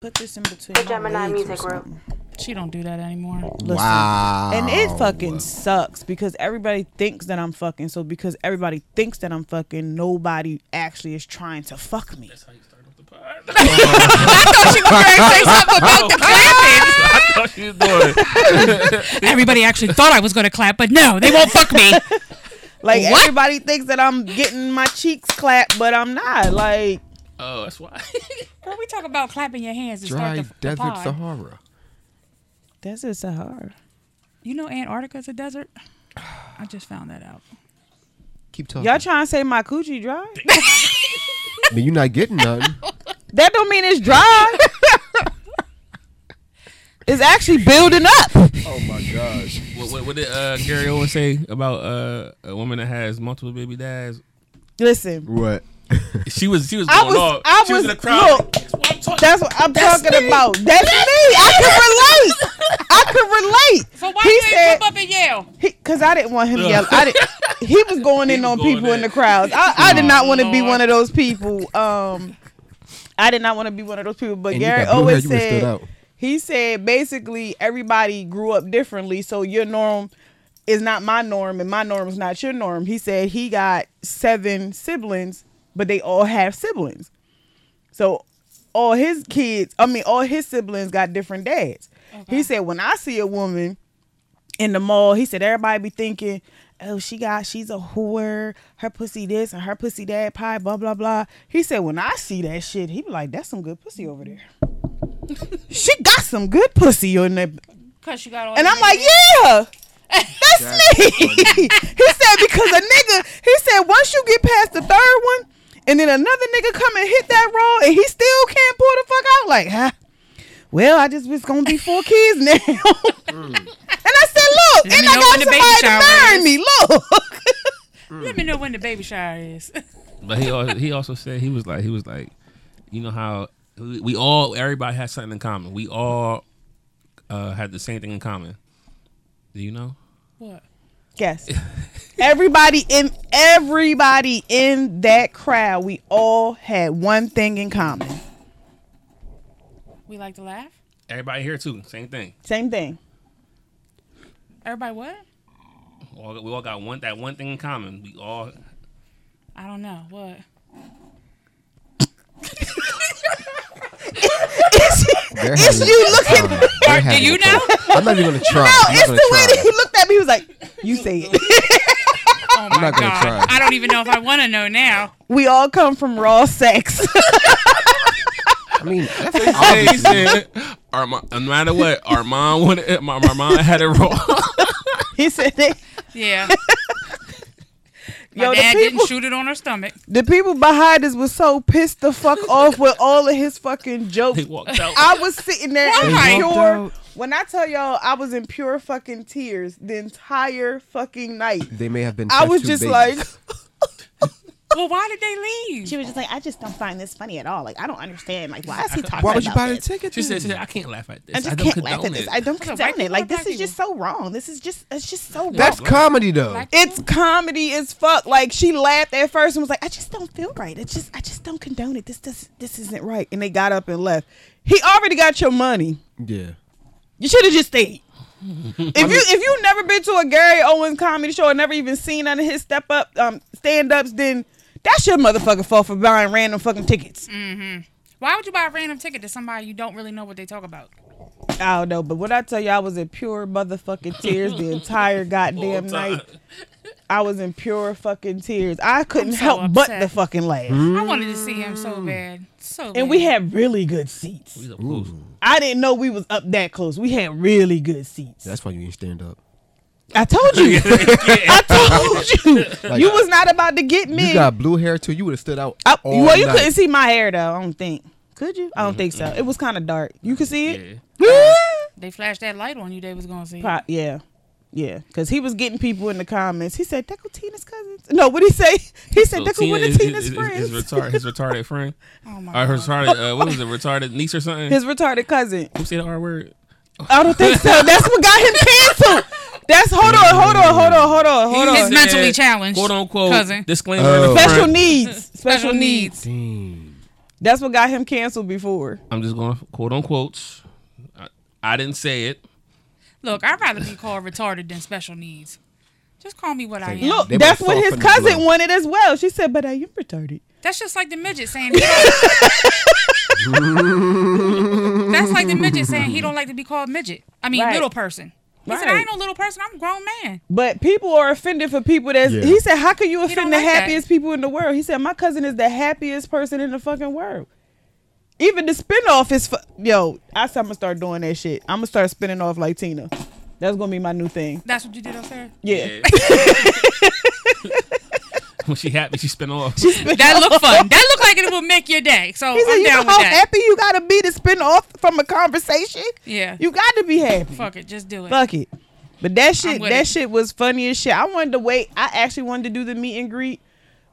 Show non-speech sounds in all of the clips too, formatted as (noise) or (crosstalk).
put this in between the Gemini Music Group. She don't do that anymore. Listen, Wow. And it fucking sucks because everybody thinks that I'm fucking. So because everybody thinks that I'm fucking, nobody actually is trying to fuck me. (laughs) Oh, I thought she was doing it. Everybody actually thought I was going to clap, but no, they won't fuck (laughs) me. Like What? everybody thinks that I'm getting my cheeks clapped, but I'm not. Like Oh, that's why. Girl, we talk about clapping your hands and Dry start the, the desert pod. Sahara. that's just so hard. You know Antarctica's a desert? I just found that out. Keep talking. Y'all trying to say my coochie dry? I mean, you're not (laughs) getting nothing. That don't mean it's dry. it's actually building up. oh my gosh. (laughs) what, what, what did uh, Gary Owen say about uh, a woman that has multiple baby dads? Listen, What? She was she was I going was- off. I she was, was- in the crowd. look. That's what I'm talking that's what I'm talking about. That's me. I can relate. I can relate. So why He did you said- come up and yell? because I didn't want him Ugh. yelling. I didn't. He (laughs) was going in was on going people in in. Oh, the crowd. I, I did not want to be Lord. one of those people. Um, I did not want to be one of those people. But And you Gary got blue hair, always you would've stood said out. he said basically everybody grew up differently, so your norm is not my norm, and my norm is not your norm. He said he got seven siblings, but they all have siblings. So all his kids, I mean, all his siblings got different dads. He said, when I see a woman in the mall, he said everybody be thinking, oh, she got, she's a whore, her pussy this and her pussy that pie, blah blah blah. He said, when I see that shit, he be like, that's some good pussy over there. she got some good pussy on there, Cause you got all. and these I'm like, babies. yeah. That's me. (laughs) he said because a nigga, he said once you get past the third one, and then another nigga come and hit that roll, and he still can't pull the fuck out. Like, huh? Well, I just was gonna be four kids now. And I said, look, Let and me I know got when the baby somebody to shower marry is. me. Look. Let me know when the baby shower is. (laughs) about. But he also, he also said he was like he was like, you know how we, we all everybody has something in common. We all uh, had the same thing in common. Do you know? what? Yes. everybody in everybody in that crowd, we all had one thing in common. We like to laugh. Everybody here too, same thing. Same thing. Everybody what? All- we all got one that one thing in common. We all I don't know what. It's you looking. Do you know? I'm not even gonna try. No, I'm it's not the gonna way that try. he looked at me. He was like, (laughs) "You say it." (laughs) Oh my not gonna god! try. I don't even know if I want to know now. we all come from raw sex. (laughs) I mean, that's Hey, (laughs) he said, Armand, no matter what, Armand wanted it. My, my mom had it wrong. he said, that, Yeah. (laughs) My "Yo, the dad people, didn't shoot it on her stomach. the people behind us was so pissed the (laughs) fuck off with all of his fucking jokes." he walked out. I was sitting there Why? in They walked pure. out. When I tell y'all, I was in pure fucking tears the entire fucking (laughs) night. they may have been. I was tattoo just babies. (laughs) like, Well, why did they leave? she was just like, I just don't find this funny at all. Like, I don't understand. Like, why is he talking why would you about buy the this? ticket? She then? said, she said, I can't laugh at this. I just don't can't condone laugh at this. It. I don't Hold on, condone white it. people Like, or this black is just so wrong. This is just, it's just so wrong. that's comedy though. Like- It's comedy as fuck. Like she laughed at first and was like, "I just don't feel right. It's just, I just don't condone it. This, this, this isn't right." And they got up and left. He already got your money. yeah. You should have just stayed. if you if you never been to a Gary Owens comedy show and never even seen none of his step up um, stand ups, then that's your motherfucking fault for buying random fucking tickets. Mm. Why would you buy a random ticket to somebody you don't really know what they talk about? I don't know, but what I tell you, I was in pure motherfucking tears the (laughs) entire goddamn night. I was in pure fucking tears. I couldn't so help but upset. the fucking laugh. I wanted to see him so bad. So bad. Mm. And we had really good seats. He's a fool. I didn't know we was up that close. We had really good seats. That's why you didn't stand up. I told (laughs) you. I told you. Like- you was not about to get me. You got blue hair too. You would have stood out. I- all well, you night. couldn't see my hair though. I don't think. Could you? I don't think so. It was kind of dark. You could see Yeah. it. Yeah. They flashed that light on you. They was gonna see. (laughs) Pro- yeah. Yeah, because he was getting people in the comments. He said, Deco Tina's cousins. No, what he say? He said, So Deco Tina one of is- Tina's is- is- friends. Is, retarded, his retarded friend. Oh my Or her god. retarded, uh, what was it, retarded niece or something? His retarded cousin. Who said the R word? I don't think (laughs) so. That's what got him canceled. That's, hold on, hold on, hold on, hold on, hold He's on. Said, mentally challenged Quote unquote. cousin. Disclaimer. Oh. in (laughs) the Special front. needs. Special Special needs. needs. Damn. That's what got him canceled before. I'm just going quote unquote. I, I didn't say it. Look, I'd rather be called retarded than special needs. Just call me what I am. Look, They that's both what fall his from the cousin globe. wanted as well. She said, "But I am retarded." That's just like the midget saying. (laughs) He don't That's like the midget saying he don't like to be called midget. I mean, Right. little person. He said, Right. "I ain't no little person. I'm a grown man." But people are offended for people that's. Yeah. He said, "How can you don't offend the like that. happiest people in the world?" He said, "My cousin is the happiest person in the fucking world." Even the spinoff is fu- yo. I said I'm gonna start doing that shit. I'm gonna start spinning off like Tina. That's gonna be my new thing. That's what you did (laughs) upstairs. Yeah, when she happy, she spin off. That looked fun. That looked like it will make your day. So he said, I'm "You know down with how that. happy you gotta be to spin off from a conversation? Yeah. you got to be happy. Fuck it. Just do it. Fuck it. But that shit, with that it. shit was funny as shit. I wanted to wait. I actually wanted to do the meet and greet,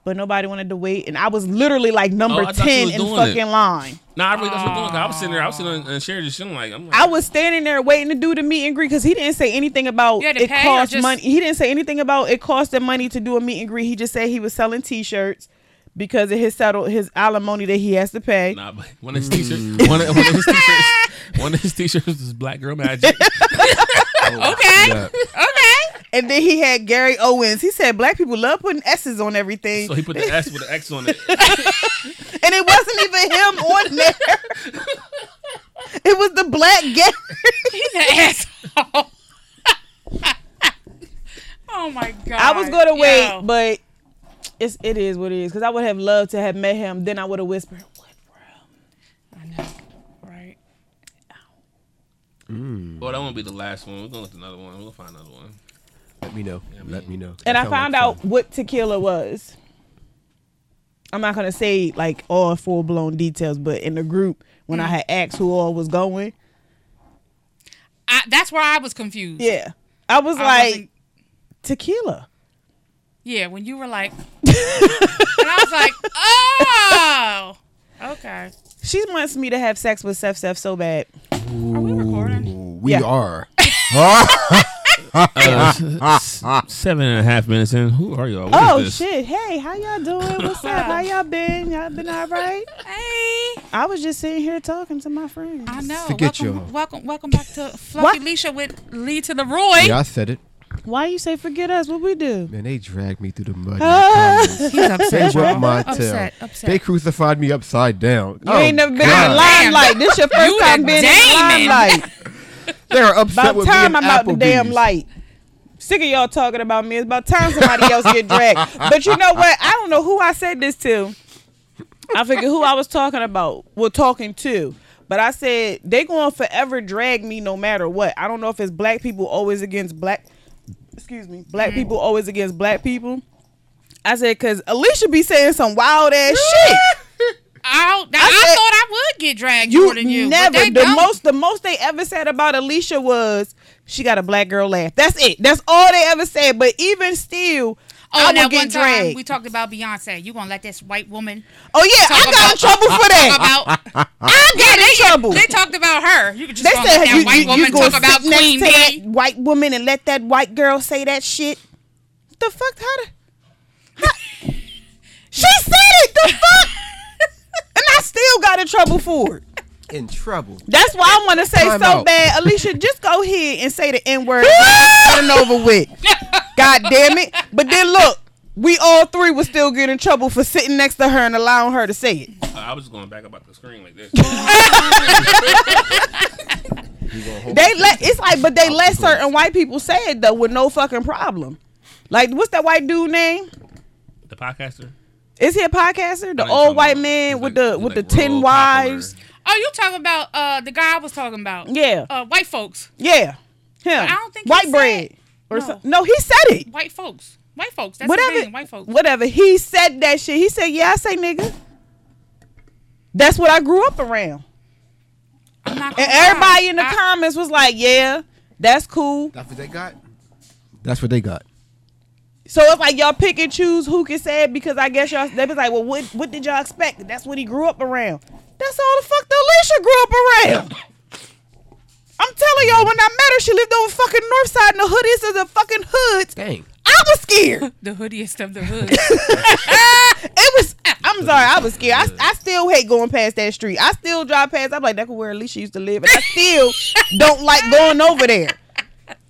but nobody wanted to wait, and I was literally like number Oh, I thought you ten was in doing fucking it. line. Nah, I really that's what I'm doing. 'cause I was sitting there, I was sitting there and sharing this shit. I'm like, I'm like, I was standing there waiting to do the meet and greet because he didn't say anything about You had to it pay or cost just- money. He didn't say anything about it cost the money to do a meet and greet. He just said he was selling T-shirts because of his settle his alimony that he has to pay. nah, but one of his Mm. t-shirts, one of, one of his t-shirts, one of his t-shirts is Black Girl Magic. Okay. Yeah. (laughs) Okay. And then he had Gary Owens. He said black people love putting S's on everything, so he put the S with an X on it. and it wasn't even him on there. (laughs) it was the black Gary. He's an asshole. (laughs) oh my god. I was gonna wait, Yo. but it's it is what it is. Cause I would have loved to have met him. Then I would have whispered, "What world?" I know. Right. Well, that won't be the last one. We're gonna look at another one. We'll find another one. Let me know. Let me know. And That I sound found like out fun. what tequila was. I'm not gonna say like all full blown details, but in the group when Mm. I had asked who all was going, I, that's where I was confused. yeah, I was I like wasn't- tequila. yeah, when you (laughs) were like, and I was like, oh, okay. She wants me to have sex with Seth Seth so bad. Are we recording? Ooh, we Yeah. are. Uh, Seven and a half minutes in. Who are y'all? What Oh is this? shit! Hey, how y'all doing? What's (laughs) up? How y'all been? Y'all been all right? Hey, I was just sitting here talking to my friends. I know. Forget welcome, y'all. welcome, welcome back to Fluffy What? Leisha with Lee to the Roy. Yeah, I said it. Why you say forget us? What we do? Man, they dragged me through the mud. in the Ah. comments. He's upset. They y'all. rubbed my upset, tail. upset. They crucified me upside down. You ain't never been in Oh, God. the limelight. This your first You time the being in damn the limelight. They are upset About with time me. I'm and out the damn Applebee's. light. Sick of y'all talking about me. It's about time somebody else get dragged. But you know what? I don't know who I said this to. I forget who I was talking about. Well, talking to. But I said they going to forever drag me no matter what. I don't know if it's black people always against black. Excuse me, black people always against black people. I said because Alicia be saying some wild ass shit. I, I, said- thought I would get dragged You more than you. but never they the don't. most the most they ever said about Alicia was she got a black girl laugh. That's it. That's all they ever said. But even still, Oh, I now would one get time dragged. we talked about Beyonce. You gonna let this (laughs) white woman oh yeah, I talk got about- in trouble for that. talk (laughs) about? I got in trouble. They talked about her. You could just They gonna said let that you, white you, woman you gonna talk about sit next Queen to Bee. that white woman and let that white girl say that shit. The fuck? How the? (laughs) how- she said it. The fuck? and I still got in trouble for it. In trouble. That's why I want to say Time so out. bad, Alicia. Just go ahead and say the N word and over with. God damn it! But then look, we all three were still getting in trouble for sitting next to her and allowing her to say it. Uh, I was going back about the screen like this. They let it's like, but they let certain white people say it though with no fucking problem. Like, what's that white dude name? the podcaster. Is he a podcaster? The I old ain't talking white about- man he's with the like- he's with like the ten real wives. Oh, you talking about uh the guy I was talking about? Yeah. Uh, white folks. Yeah, him. I don't think he white said- bread or No. some- no, he said it. White folks. White folks. That's whatever, the thing. White folks. whatever. He said that shit. He said, "Yeah, I say nigga." That's what I grew up around, I'm not and gonna lie. everybody in the I- comments was like, "Yeah, that's cool." That's what they got. That's what they got. So it's like y'all pick and choose who can say it because I guess y'all they was like, "Well, what what did y'all expect?" That's what he grew up around. That's all the fuck the Alicia grew up around. I'm telling y'all, when I met her, she lived on the fucking north side in the hoodiest of the fucking hoods. Dang. I was scared. (laughs) the hoodiest of the hood. it was I I'm sorry, I was scared. I, I still hate going past that street. I still drive past. I'm like, that's where Alicia used to live, and I still don't like going over there.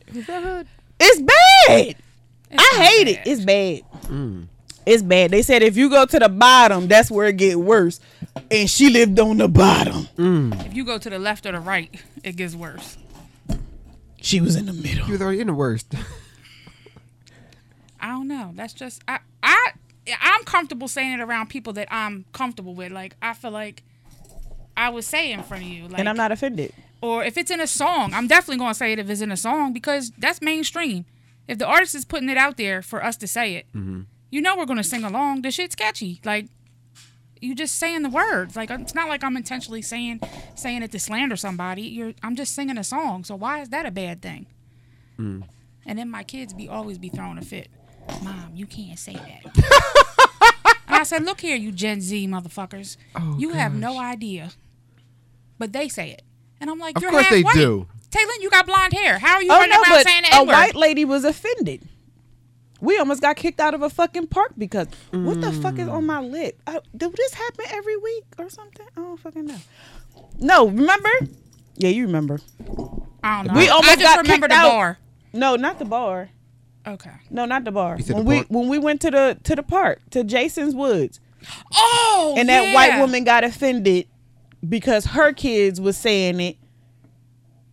It's bad. I hate it. It's bad. It's bad. They said if you go to the bottom, that's where it get worse. And she lived on the bottom. If you go to the left or the right, it gets worse. She was in the middle. You was already in the (laughs) worst. I don't know. That's just I I I'm comfortable saying it around people that I'm comfortable with. Like I feel like I would say it in front of you. Like And I'm not offended. or if it's in a song, I'm definitely gonna say it if it's in a song because that's mainstream. If the artist is putting it out there for us to say it, you know we're gonna sing along. The shit's catchy. Like you just saying the words. Like it's not like I'm intentionally saying saying it to slander somebody. You're I'm just singing a song. So why is that a bad thing? Mm. And then my kids be always be throwing a fit. Mom, you can't say that. (laughs) and I said, look here, you Gen Z motherfuckers. Oh, you have no idea. But they say it. And I'm like, Of you're course half they white. do. Taylor, you got blonde hair. How are you Oh running no, around but saying the a N-word? white lady was offended. We almost got kicked out of a fucking park because what the fuck is on my lip? Uh, do this happen every week or something? I don't fucking know. No, remember? Yeah, you remember. I don't know. We I almost just got remember kicked the out. bar. No, not the bar. Okay. No, not the bar. said When the we park? when we went to the to the park to Jason's Woods, Oh, and that yeah. white woman got offended because her kids was saying it,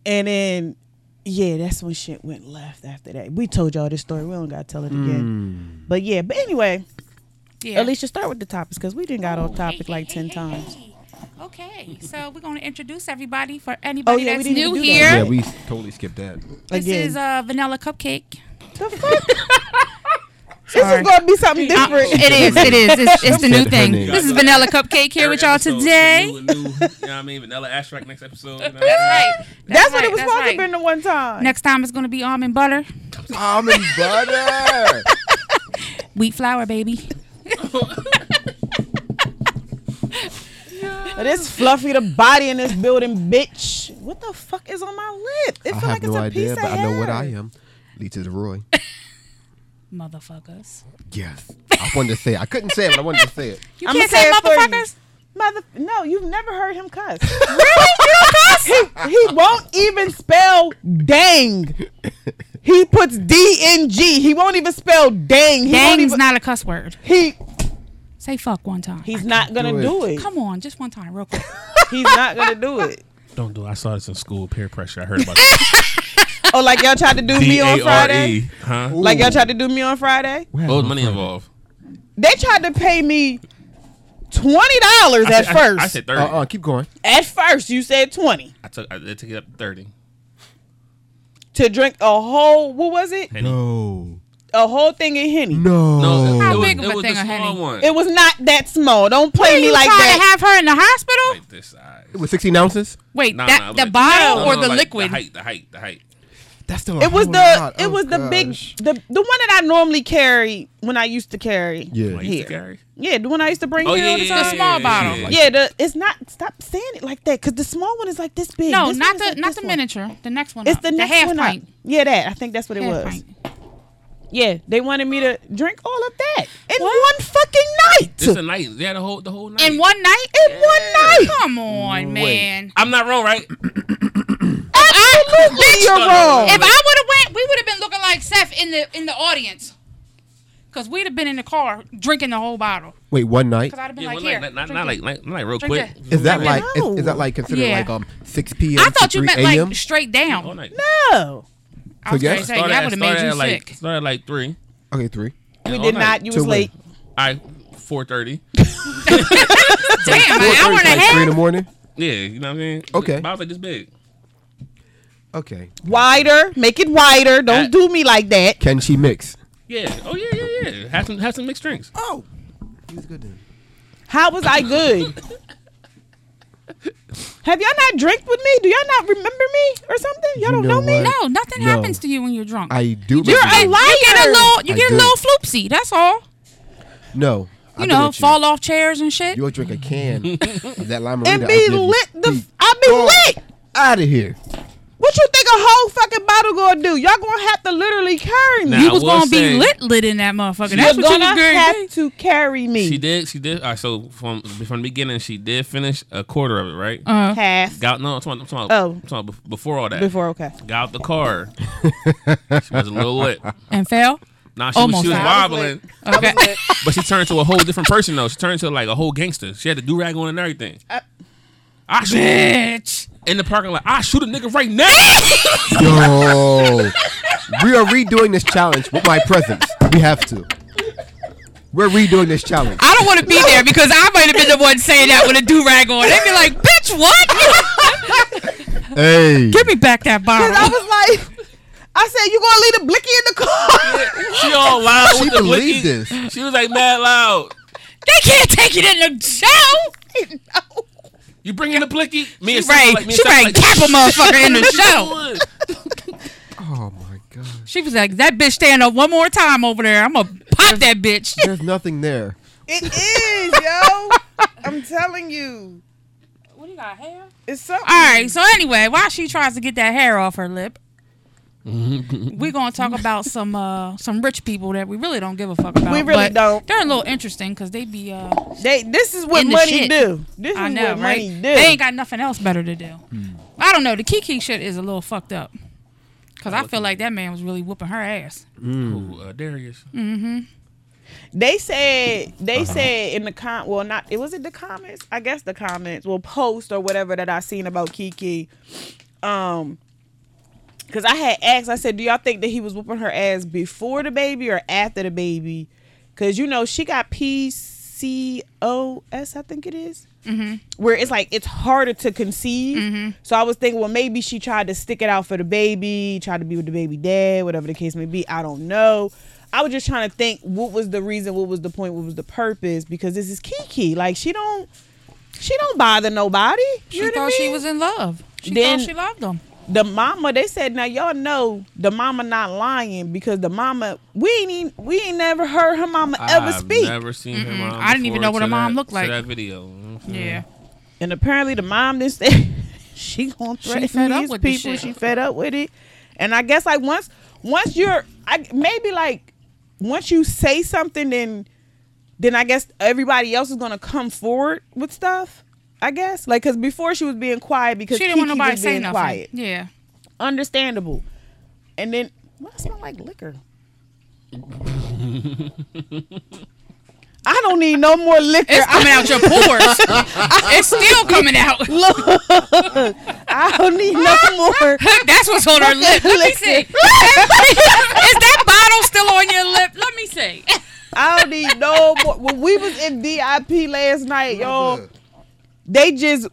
and then yeah, that's when shit went left after that. We told y'all this story. We don't gotta tell it again. Hmm. But yeah, but anyway, Yeah. Alicia, start with the topics because we didn't got on Hey, topic hey, like hey, (laughs) ten hey, times. hey. Okay, so we're gonna introduce everybody for anybody Oh, yeah, we that's didn't even new do that. here. yeah, we totally skipped that. This Again. (laughs) is uh, vanilla cupcake. The fuck? this is gonna be something different. It is. It is. It's, it's the Said new her thing. name. This is vanilla cupcake here with y'all today. New, and new, you know what I mean? Vanilla Ashtrack next episode. You know what That's I mean? right. That's, what it was that's supposed right. to be the one time. Next time it's gonna be almond butter, Almond (laughs) butter. wheat flour, baby. This fluffy the body in this building, bitch. What the fuck is on my lip? It I feels have like it's no a piece idea, of but I know what hair. I am. Leeches Roy. Motherfuckers. (laughs) Yes. I wanted to say it. I couldn't say it, but I wanted to say it. You I'ma can't say say it for you. motherfuckers. Mother, no, you've never heard him cuss. (laughs) really, you cuss? He, he won't even spell dang. He puts D N G. He won't even spell dang. He won't Dang's even, not a cuss word. he Say fuck one time. he's not gonna do do it. Come on, just one time, real quick. He's not gonna do it. Don't do. it. I saw this in school. Peer pressure. I heard about that. Oh, like y'all tried to do me E. on Friday. D-A-R-E, Huh? (laughs) Like uh, y'all tried to do me on Friday. Oh, money involved. They tried to pay me twenty dollars I at said- I- first. I, said Uh thirty. uh keep going. at first, you said twenty. I took. I, they took it up to thirty. to drink a whole what was it? Henny. No. A whole thing of henny. No. No, How it was, big of it a was thing the of small Henny? one. It was not that small. Don't play me you like trying that. to have her in the hospital? like this size. It was 16 ounces? Wait, Nah, that nah, the like- bottle No, no, or no, the like liquid? The height. The height. The height. That's still it was the Oh, it was the big the the one that I normally carry when I used to carry. Yeah. Like, you used to Here. carry? Yeah, the one I used to bring Oh here yeah, all the yeah, time. yeah, small yeah, bottle. yeah, yeah. Yeah, the it's not stop saying it like that because the small one is like this big. no, This not one is like the not this the one. miniature. The next one. It's up. the next half one up. pint. Yeah, that I think that's what it Half was. pint. Yeah, they wanted me to drink all of that in one fucking It's night. a night. They had a whole the whole night. In one night? In one night. Come on, man. I'm not (clears throat) wrong, right? Absolutely, you're no, no, wrong. no. If I would have went, we would have been looking like Seth in the in the audience. Cause we'd have been in the car drinking the whole bottle. Wait, one night? Cause I'd have been Yeah, like, one here, night, not, drink not it. like, like, not like real Drink quick. it. Is that No. like is, is that like considered Yeah. like um 6 p.m. I thought to you 3 meant a.m.? like straight down. All night. no, I was So gonna yes. say that would have made started you at like, sick. Started at like three. okay, 3. we did not. You Till was when? late. I four thirty. Damn, an hour and a like 3 in the half. morning? Yeah, you know what I mean. Okay. Bottles like this big. Okay. wider, make it wider. Don't Uh, do me like that. Can she mix? Yeah. Oh yeah, yeah, yeah. Have some, have some mixed drinks. Oh. He was good then. How was I good? Have y'all not drank with me? Do y'all not remember me or something? Y'all You don't know, know me. what? No, nothing No. happens to you when you're drunk. I do You're remember a that. liar. you get a little, you I get a do. little floopsy. That's all. No. I You do know, with fall off chairs and shit. You'll drink a (laughs) can of that lime And be lit the. F- I be Oh. lit. Out of here. What you think a whole fucking bottle gonna do? Y'all gonna have to literally carry me. Nah, I You was will gonna say- be lit lit in that motherfucker. She- That's You're what you gonna was have doing. to carry me. She did. She did. All right, so from from the beginning, she did finish a quarter of it, right? Uh, Half Got no. I'm talking, I'm talking, Oh. I'm talking bef- before all that. before okay. Got out (laughs) the car. she was a little lit. and fell. Nah, she was, Almost she was out. I was lit. wobbling, Okay. but she turned to a whole different person though. She turned to like a whole gangster. She had the do rag on and everything. Uh, I shoot Bitch. in the parking lot. I shoot a nigga right now. (laughs) Yo, we are redoing this challenge with my presence. We have to. We're redoing this challenge. I don't want to be there because I might have been the one saying that with a do rag on. They'd be like, "Bitch, what? (laughs) Hey, Give me back that Cause bottle." I was like, I said you gonna leave the blicky in the car. (laughs) She all loud. She with the believed blicky. this. She was like mad loud. they can't take it in the show. No. You bringing the blicky? Me and Right. Seth like, me and she Seth right. (laughs) Cap a motherfucker in the show. Like, oh my gosh, She was like, "That bitch stand up one more time over there. I'm gonna pop that bitch." there's nothing there. It is, yo. I'm telling you, What do you got hair? it's something. All right. So anyway, while she tries to get that hair off her lip, we're gonna talk about some uh some rich people that we really don't give a fuck about. We really but don't. They're a little interesting because they be uh They, this is what In the money shit. do. This I is know what right. money do. They ain't got nothing else better to do. I don't know. The Kiki shit is a little fucked up because I feel like that man was really whooping her ass. Ooh, uh, Darius. Mm. They said they Uh-huh. said in the com well not it was it the comments I guess the comments well post or whatever that I seen about Kiki, um, because I had asked I said do y'all think that he was whooping her ass before the baby or after the baby, because you know she got PCOS I think it is. Mm-hmm. Where it's like it's harder to conceive, so I was thinking, well, maybe she tried to stick it out for the baby, tried to be with the baby dad, whatever the case may be. I don't know. I was just trying to think what was the reason, what was the point, what was the purpose? Because this is Kiki. Like she don't she don't bother nobody. She You know what I thought she mean? was in love. She Then- thought she loved him. the mama, they said now y'all know the mama not lying because the mama we ain't even, we ain't never heard her mama ever I've speak. Never seen her mom. I didn't even before know what to a mom that- looked to like. that video. You know what I'm saying? Yeah. And apparently the mom didn't say (laughs) she gonna She threaten fed up these with this people. shit. She fed up with it. And I guess like once once you're I maybe like once you say something then then I guess everybody else is gonna come forward with stuff. I guess like because before she was being quiet because She didn't want Kiki nobody was to say being nothing. quiet. Yeah. Understandable. And then well, I smell like liquor. I don't need no more liquor. It's I- coming (laughs) out your pores. it's still coming out. I don't need no more. (laughs) That's what's on her lip. Let (laughs) me see. Is that bottle still on your lip? Let me see. I don't need no more. When we was in DIP last night, y'all, they just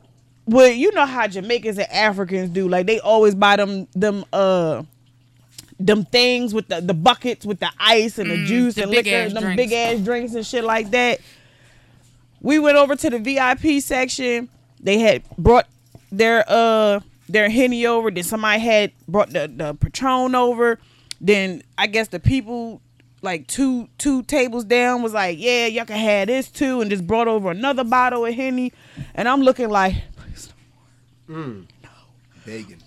well, you know how Jamaicans and Africans do. Like they always buy them them uh them things with the, the buckets with the ice and the juice Mm, the and big liquor, ass and them drinks. big ass drinks and shit like that. We went over to the VIP section. They had brought their uh their henny over. Then somebody had brought the the patron over. Then I guess the people like two two tables down was like, yeah, y'all can have this too, and just brought over another bottle of henny. And I'm looking like, Begging.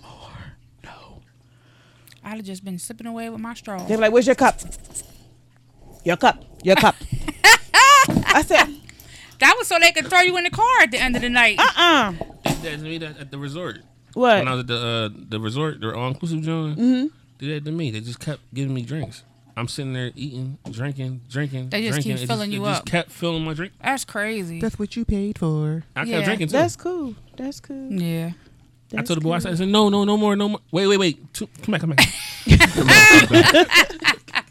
I'd have just been sipping away with my straw. they're like, where's your cup? Your cup, your cup. I said, That was so they could throw you in the car at the end of the night. uh uh That's me that- at the resort. What? When I was at the uh, the resort, the all inclusive John. Mm-hmm. Did that to me. They just kept giving me drinks. I'm sitting there eating, drinking, drinking. They just keep drinking. It filling it you just up. kept filling my drink. That's crazy. That's what you paid for. I kept Yeah. drinking too. That's cool. That's cool. yeah. I told the boy, I said, I said, no, no, no more, no more. Wait, wait, wait. Two, come back, (laughs) come back.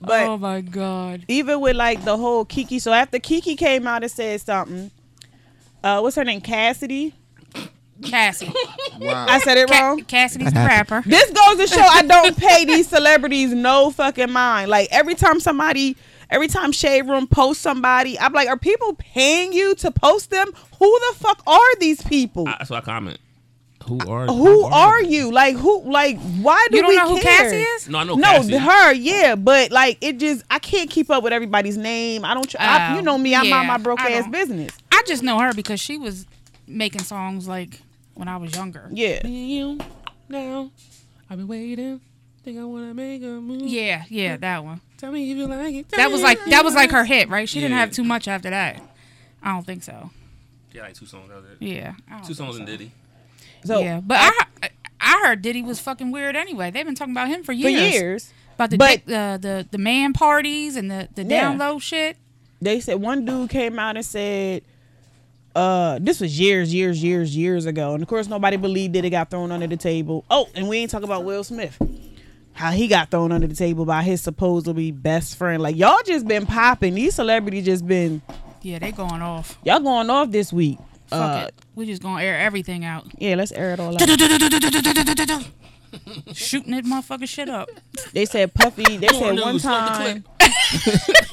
But oh my god. even with like the whole Kiki, so after Kiki came out and said something, uh, what's her name? Cassidy. Cassie. Uh. Wow. I said it Ca- wrong. Cassidy's the rapper. This goes to show I don't pay these celebrities no fucking mind. Like every time somebody, every time Shade Room posts somebody, I'm like, are people paying you to post them? Who the fuck are these people? I, so I comment. Who are who are you? Like who? Like why do You don't we know who care? Cassie is? No, I know. No, Oh, Cassie. her, yeah, but like it just I can't keep up with everybody's name. I don't, tr- I, Oh, you know me, I am yeah, mind my broke I ass don't. business. I just know her because she was making songs like when I was younger. Yeah. You now, I've been waiting. Think I wanna make a move. Yeah, yeah, that one. Tell me if you like it. That was like that was like her hit, right? She didn't Yeah. have too much after that. I don't think so. Yeah, like two songs. That was it. Yeah, I don't Two think songs so. (laughs) and Diddy. So yeah, but I, I I heard Diddy was fucking weird anyway. They've been talking about him for for years. years, About the But- dick, uh, the the man parties and the the Yeah. down low shit. they said one dude came out and said, uh, this was years, years, years, years ago. And of course nobody believed it. It got thrown under the table. Oh, and we ain't talking about Will Smith. How he got thrown under the table by his supposedly best friend. Like y'all just been popping. These celebrities just been Yeah, they going off. y'all going off this week. Fuck uh, it. We just gonna air everything out. Yeah, let's air it all out. Shooting that motherfucking shit up. They said Puffy. They on, said dude, one stop the time.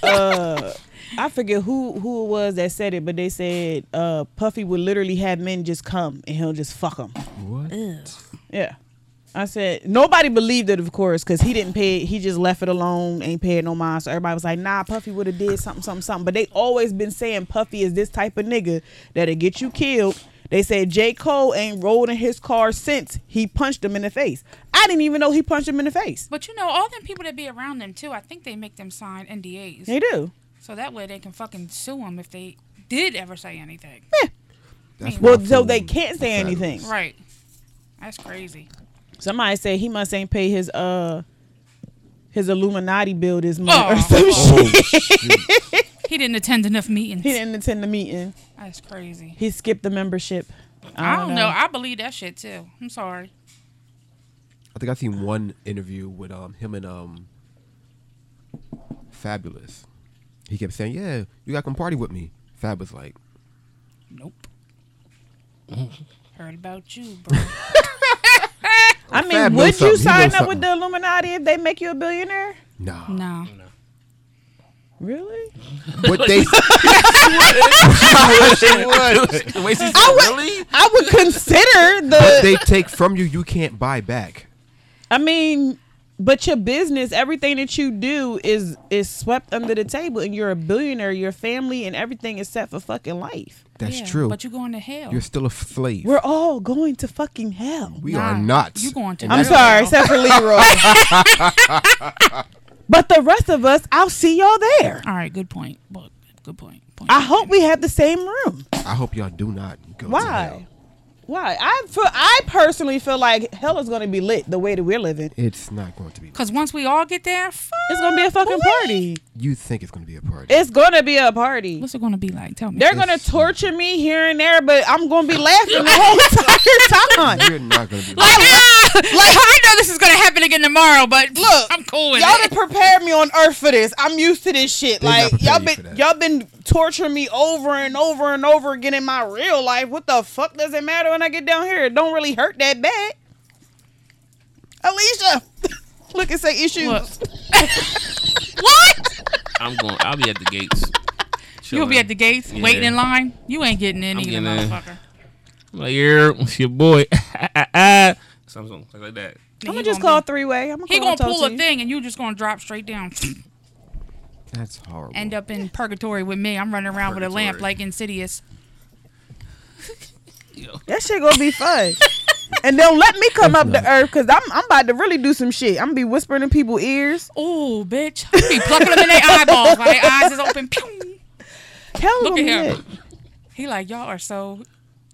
uh, I forget who who it was that said it, but they said uh, Puffy would literally have men just come and he'll just fuck them. What? Yeah. I said nobody believed it, of course, because he didn't pay. It. He just left it alone, ain't paid no mind. So everybody was like, "Nah, Puffy would have did something, something, something." But they always been saying Puffy is this type of nigga that'll get you killed. They said J Cole ain't rolled in his car since he punched him in the face. I didn't even know he punched him in the face. But you know, all them people that be around them too, I think they make them sign NDAs. They do. So that way they can fucking sue them if they did ever say anything. That's Well, my so food. they can't say Saddles. anything. Right. That's crazy. Somebody say he must ain't pay his uh his Illuminati bill this month Oh. or some Oh, shit. He didn't attend enough meetings. He didn't attend the meeting. That's crazy. He skipped the membership. I don't know. I believe that shit too. I'm sorry. I think I've seen one interview with um him and um Fabulous. He kept saying, "Yeah, you got to come party with me." Fab was like, Nope. Heard about you, bro. (laughs) I Fab mean, knows would you something. He knows sign up with something. the Illuminati if they make you a billionaire? "Nah." no. Really? But they (laughs) The way she said, really? I would consider the but they take from you, you can't buy back. I mean, but your business, everything that you do is is swept under the table and you're a billionaire, your family and everything is set for fucking life. That's Yeah, true. But you're going to hell. You're still a slave. We're all going to fucking hell. We Nah, are not. You going to I'm hell. sorry, except for Leroy. but the rest of us, I'll see y'all there. All right, good point. But good point. point. I hope we have the same room. I hope y'all do not go to Why? hell. Why? I feel, I personally feel like hell is gonna be lit the way that we're living. It's not going to be. Cause once we all get there, fuck. It's gonna be a fucking party. You think it's going to be a party? It's gonna be a party. What's it gonna be like? Tell me. They're gonna torture me here and there, but I'm gonna be laughing the whole entire time. You're not going to (laughs) be. like, ah! like I know this is gonna happen again tomorrow, but Look, I'm cool with Y'all it. done prepared me on earth for this. I'm used to this shit. They not like y'all prepared you for been that. y'all been torturing me over and over and over again in my real life. What the fuck does it matter when I get down here? It don't really hurt that bad. Alicia, (laughs) look and say issues. what? I'm going. I'll be at (laughs) the gates. You'll be chilling. at the gates Yeah. waiting in line. You ain't getting in I'm either, getting in. motherfucker. I'm like, yeah, it's your boy. (laughs) Something like that. I'm He gonna just gonna call be- three way. I'm gonna He call gonna and talk pull a to you. thing, and you just gonna drop straight down. (sniffs) That's horrible. End up in purgatory with me. I'm running around with a lamp Purgatory. like Insidious. That shit gonna be fun. (laughs) and don't let me come up to earth because I'm I'm about to really do some shit. I'm gonna be whispering in people's ears. Oh, bitch! I be plucking them in their eyeballs while their eyes is open. Pew! Hell, Look Look at him. He like y'all are so.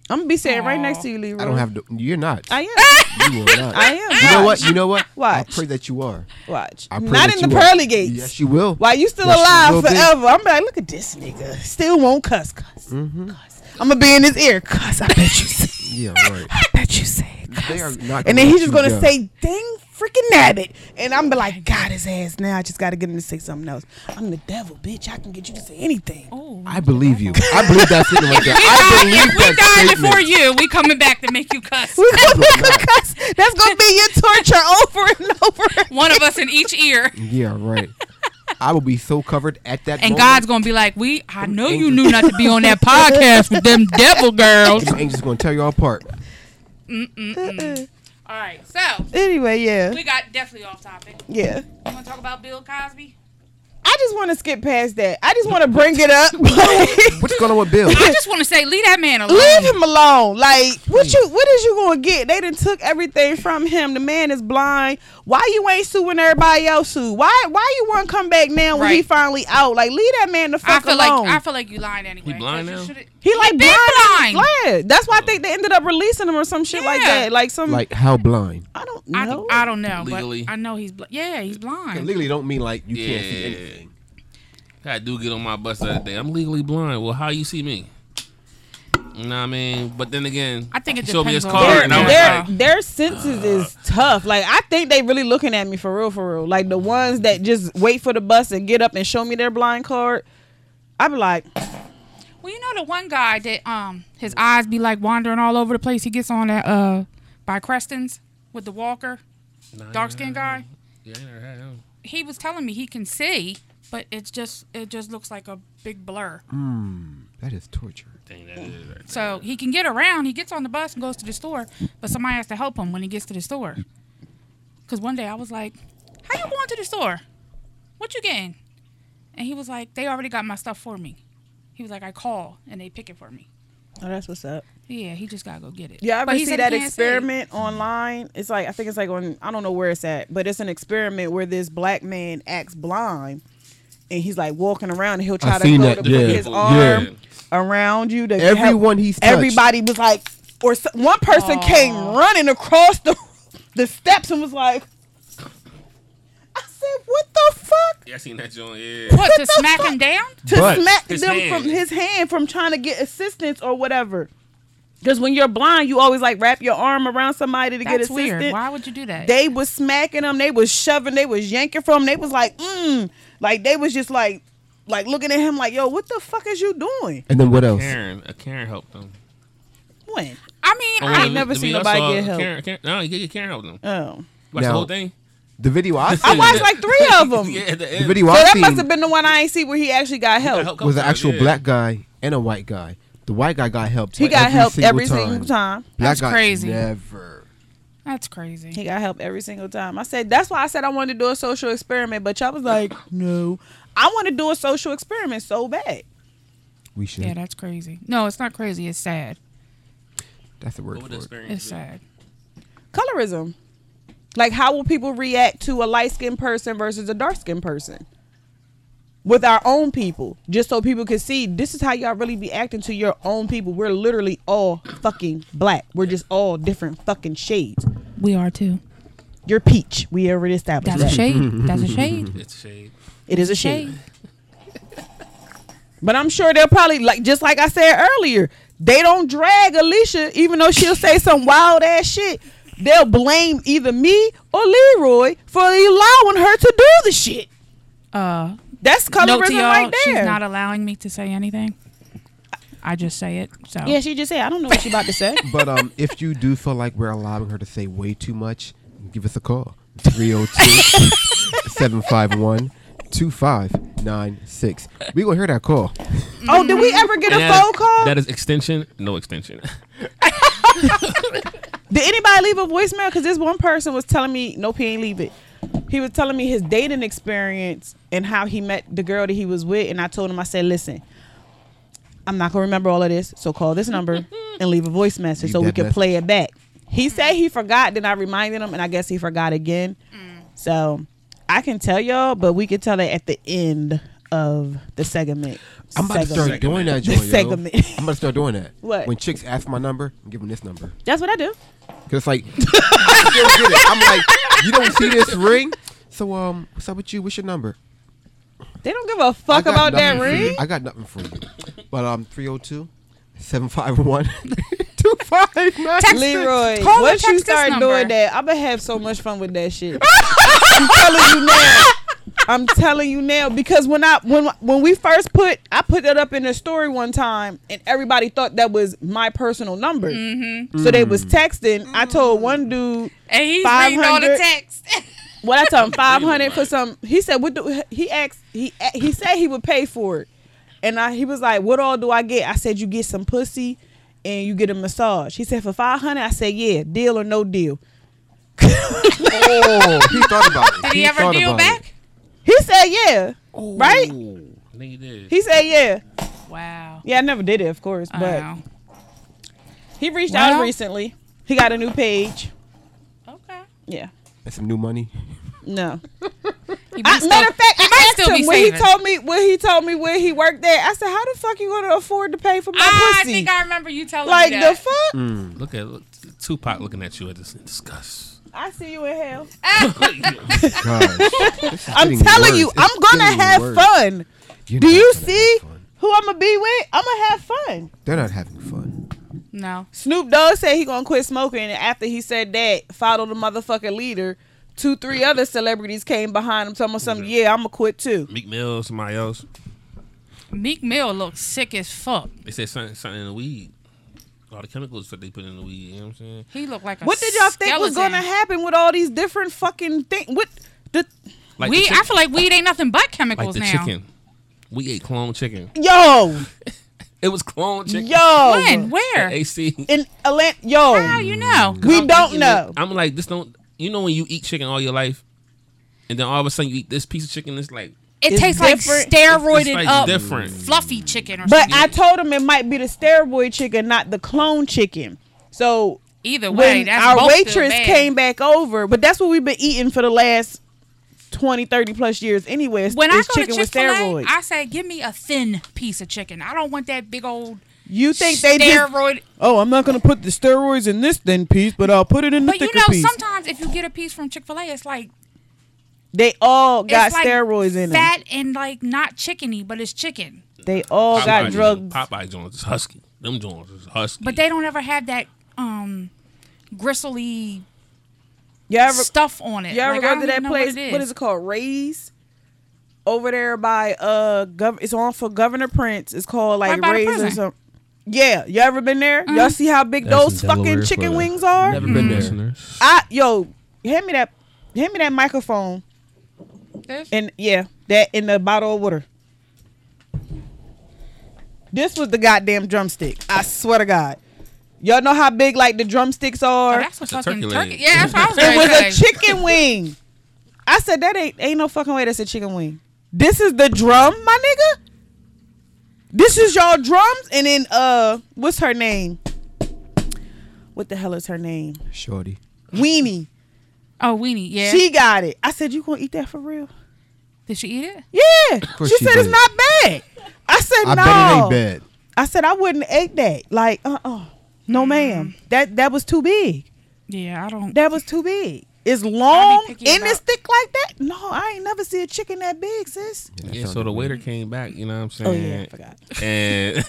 I'm gonna be sitting right Aw. next to you, Leroy. I don't have. The, you're not. I (laughs) am. you are not. I am. You know what? You know what? I (laughs) Watch. pray that you are. Watch. I pray Not that in the you are. pearly gates. Yes, you will. While you still Yes, you will alive be. forever, I'm like, look at this nigga. Still won't cuss, cuss, Mm-hmm. cuss. I'm gonna be in his ear, cuss. I bet you say, Yeah, (laughs) (laughs) right. I bet you say, cuss. They are not. And then he's let just gonna you go. say, "Dang, freaking nabbit," and I'm be like, "God, his ass." Now I just gotta get him to say something else. I'm the devil, bitch. I can get you to say anything. Oh. "I believe you. (laughs) I believe that statement right there. We I died, if believe we that died statement." before you, we coming back to make you cuss. We gonna make him cuss. (laughs) That's gonna be your torture over and over. One of us in each ear. Yeah, right. I will be so covered at that. And moment. God's gonna be like, "We, I know you knew not to be on that podcast with them devil girls." My angel's gonna tear you all apart. All right, so Anyway, yeah, we got definitely off topic. yeah. You wanna talk about Bill Cosby? I I just want to skip past that. I just want to bring it up. Like, What's going on with (laughs) Bill? I just want to say, leave that man alone. leave him alone. Like, what you what is you gonna get? They done took everything from him. The man is blind. Why you ain't suing everybody else? Sue? Why why you want to come back now when he Right. finally out? Like, leave that man the I fuck feel alone. like I feel like you lying anyway. He blind 'cause you now? should've- he like been blind. blind. blind. That's why I think they ended up releasing him or some shit like Yeah. that. Like some like how blind? I don't I, know. I don't know, Legally. but I know he's bl- yeah, he's blind. Legally, don't mean like you can't see Yeah. anything. I do get on my bus the other day. I'm legally blind. Well, how you see me? You know what I mean? But then again, I Uh, think it he showed me his depends on- card, their, and I was their, like, their senses uh. is tough. Like I think they really looking at me for real, for real. Like the ones that just wait for the bus and get up and show me their blind card. I be like, oh, Well, you know the one guy that um his eyes be like wandering all over the place. He gets on that uh by Creston's with the walker, nah, dark skinned guy. Yeah, I never had him. He was telling me he can see, but it's just it just looks like a big blur. That is torture. Dang, that is right. So he can get around. He gets on the bus and goes to the store, but somebody has to help him when he gets to the store. Cause one day I was like, "How you going to the store? What you getting?" And he was like, "They already got my stuff for me." He was like, "I call and they pick it for me." oh, that's what's up. Yeah, he just gotta go get it. Yeah, I But ever he see said he that can't see. experiment online? It's like I think it's like on I don't know where it's at, but it's an experiment where this black man acts blind, and he's like walking around and he'll try to seen go that, to put yeah. his Yeah. arm around you. To help- Everyone he's touched. everybody was like, or so, one person came running across the (laughs) the steps and was like, I said, what the fuck? Yeah, I seen that joint. Yeah. What (laughs) to smack him down? to But- smack His them hand. from his hand from trying to get assistance or whatever. Because when you're blind, you always like wrap your arm around somebody to get That's assistance. weird. Why would you do that? They was smacking them. They was shoving. They was yanking from. 'em, They was like, mm. like they was just like, like looking at him like, yo, what the fuck is you doing? And then what else? Karen, a Karen helped him. When? I mean, Oh, I, we- never we- seen I nobody saw get help. Karen, Karen, no, you get Karen helped him. Oh, Watch the Now- whole thing. The video (laughs) I I seen, watched like three of them. Yeah, So at the the end. video I that seen must have been the one I ain't see where he actually got Got help. help a couple was an times, actual yeah. black guy and a white guy. The white guy got helped. He like, got every help single every time. single time. Black That's guy crazy. Never. that's crazy. He got help every single time. I said that's why I said I wanted to do a social experiment, but y'all was like, no. I want to do a social experiment so bad. We should. Yeah, that's crazy. No, it's not crazy. It's sad. That's the word What would the for it. experience It's be? sad. Colorism. Like how will people react to a light skinned person versus a dark skinned person? With our own people, just so people can see this is how y'all really be acting to your own people. We're literally all fucking black. We're just all different fucking shades. We are too. You're peach. We already established That's a that. shade. (laughs) That's a shade. It's shade. It is a shade. Shade. But I'm sure they'll probably like just like I said earlier, they don't drag Alicia, even though she'll say some wild ass shit. They'll blame either me or Leroy for allowing her to do the shit. Uh, That's note to colorism y'all, right there. she's not allowing me to say anything. I just say it. So yeah, she just said, I don't know what she about to say. But um, if you do feel like we're allowing her to say way too much, give us a call 302 751 2596. We're going to hear that call. oh, did we ever get And a that is- phone call? That is extension. No extension. (laughs) Did anybody leave a voicemail? Because this one person was telling me, nope, he ain't leave it. He was telling me his dating experience and how he met the girl that he was with. And I told him, I said, listen, I'm not going to remember all of this. So call this number and leave a voice message Leave so we that can message. play it back. He said he forgot. Then I reminded him, and I guess he forgot again. So I can tell y'all, but we can tell it at the end of the segment. I'm about to start Segment. doing that, Joy, yo. Segment. I'm about to start doing that. (laughs) What? When chicks ask my number, I'm giving this number. That's what I do. Because it's like, (laughs) I still get it. I'm like, you don't see this ring? So, um, what's up with you? What's your number? They don't give a I fuck got about that nothing for you. ring. I got nothing for you. But um, 302 (laughs) 751 2596. Leroy, Call or once you text this start number. doing that, I'm gonna have so much fun with that shit. I'm telling you now. I'm telling you now because when I when when we first put I put that up in a story one time and everybody thought that was my personal number. Mm-hmm. So they was texting. I Mm. told one dude and he's reading all the 500. text. (laughs) what I told him five hundred Reasonable, for right. some. He said what do he asked he a- he said he would pay for it, and I he was like, what all do I get? I said you get some pussy, and you get a massage. He said for five hundred. I said yeah, deal or no deal. (laughs) Oh, he thought about it. Did he ever thought deal about back? it. He said yeah. Right? I think he did. He said, "Yeah, Wow. yeah, I never did it, of course, but Wow. he reached out Well- recently. He got a new page. Okay. Yeah, And some new money. (laughs) no. He I, might still- matter of fact, he I asked still be him when he saving. told me when he told me where he worked at. I said, "How the fuck you gonna afford to pay for my Ah, I pussy?" think I remember you telling like me the that. fuck? Mm. Look at look, Tupac looking at you at this in disgust. I see you in hell. Gosh, this is I'm getting telling worse. you, It's I'm gonna getting have worse. fun. You're Do not you gonna have see fun. who I'm gonna be with? I'm gonna have fun. They're not having fun. no. Snoop Dogg said he gonna quit smoking, and after he said that, follow the motherfucking leader. Two, three other celebrities came behind him, telling him something. Yeah, I'm gonna quit too. Meek Mill, somebody else. Meek Mill looks sick as fuck. They said something something in the weed. All the chemicals that they put in the weed. You know what I'm saying? He looked like a What did y'all think was skeleton. gonna happen with all these different fucking things? What the Like weed, the chick- I feel like weed ain't nothing but chemicals like the now. chicken. We ate clone chicken. yo It was clone chicken. yo When? Where? At AC. in Atlanta yo How you know? we I'm don't thinking know. that- I'm like, this don't. You know when you eat chicken all your life, and then all of a sudden you eat this piece of chicken, it's like It It's tastes like different. it's steroided like up, different. fluffy chicken or But something. I told him it might be the steroid chicken, not the clone chicken. So Either way, when that's our both still waitress bad. came back over, but that's what we've been eating for the last 20, 30 plus years anyway. Is, When I is go chicken to with Chick-fil-A, steroids. I say, give me a thin piece of chicken. I don't want that big old you think they just, steroid. oh, I'm not going to put the steroids in this thin piece, but I'll put it in the but you thicker know, piece. sometimes if you get a piece from Chick-fil-A, it's like they all got it's like steroids in them. fat and like not chickeny, but it's chicken. They all got Popeye- drugs. Popeye Jones is husky. Them Jones is husky. But they don't ever have that um gristly You ever, stuff on it. you ever Like, I go don't to that even know place? What it is. what is it called? Ray's? Over there by uh, gov- it's on for Governor Prince. It's called like Right by the Ray's or prison. Mm-hmm. something. Yeah, you ever been there? Y'all see how big That's those in Delaware fucking for chicken the- wings are? Never been there. Listeners. I yo, hand me that, hand me that microphone, This? and yeah, that in the bottle of water. This was the goddamn drumstick. I swear to God, y'all know how big like the drumsticks Oh, are. that's a It's a fucking turkey turkey. leg. Yeah, that's what I was it gonna was a say. chicken wing. I said that ain't ain't no fucking way. That's a chicken wing. This is the drum, my nigga. This is y'all drums, and then uh, what's her name? What the hell is her name? Shorty. Weenie. Oh, weenie. Yeah. She got it. I said, "You gonna eat that for real?" Did she eat it? Yeah. She, course she said it's did. not bad. I said I no. bet it ain't bad. I said I wouldn't ate that. Like, uh, uh no, ma'am. That that was too big. Yeah, I don't. That was too big. It's long and picky it's about- thick like that. No, I ain't never see a chicken that big, sis. Yeah, so the waiter came back, you know what I'm Oh saying? yeah, I forgot. And (laughs)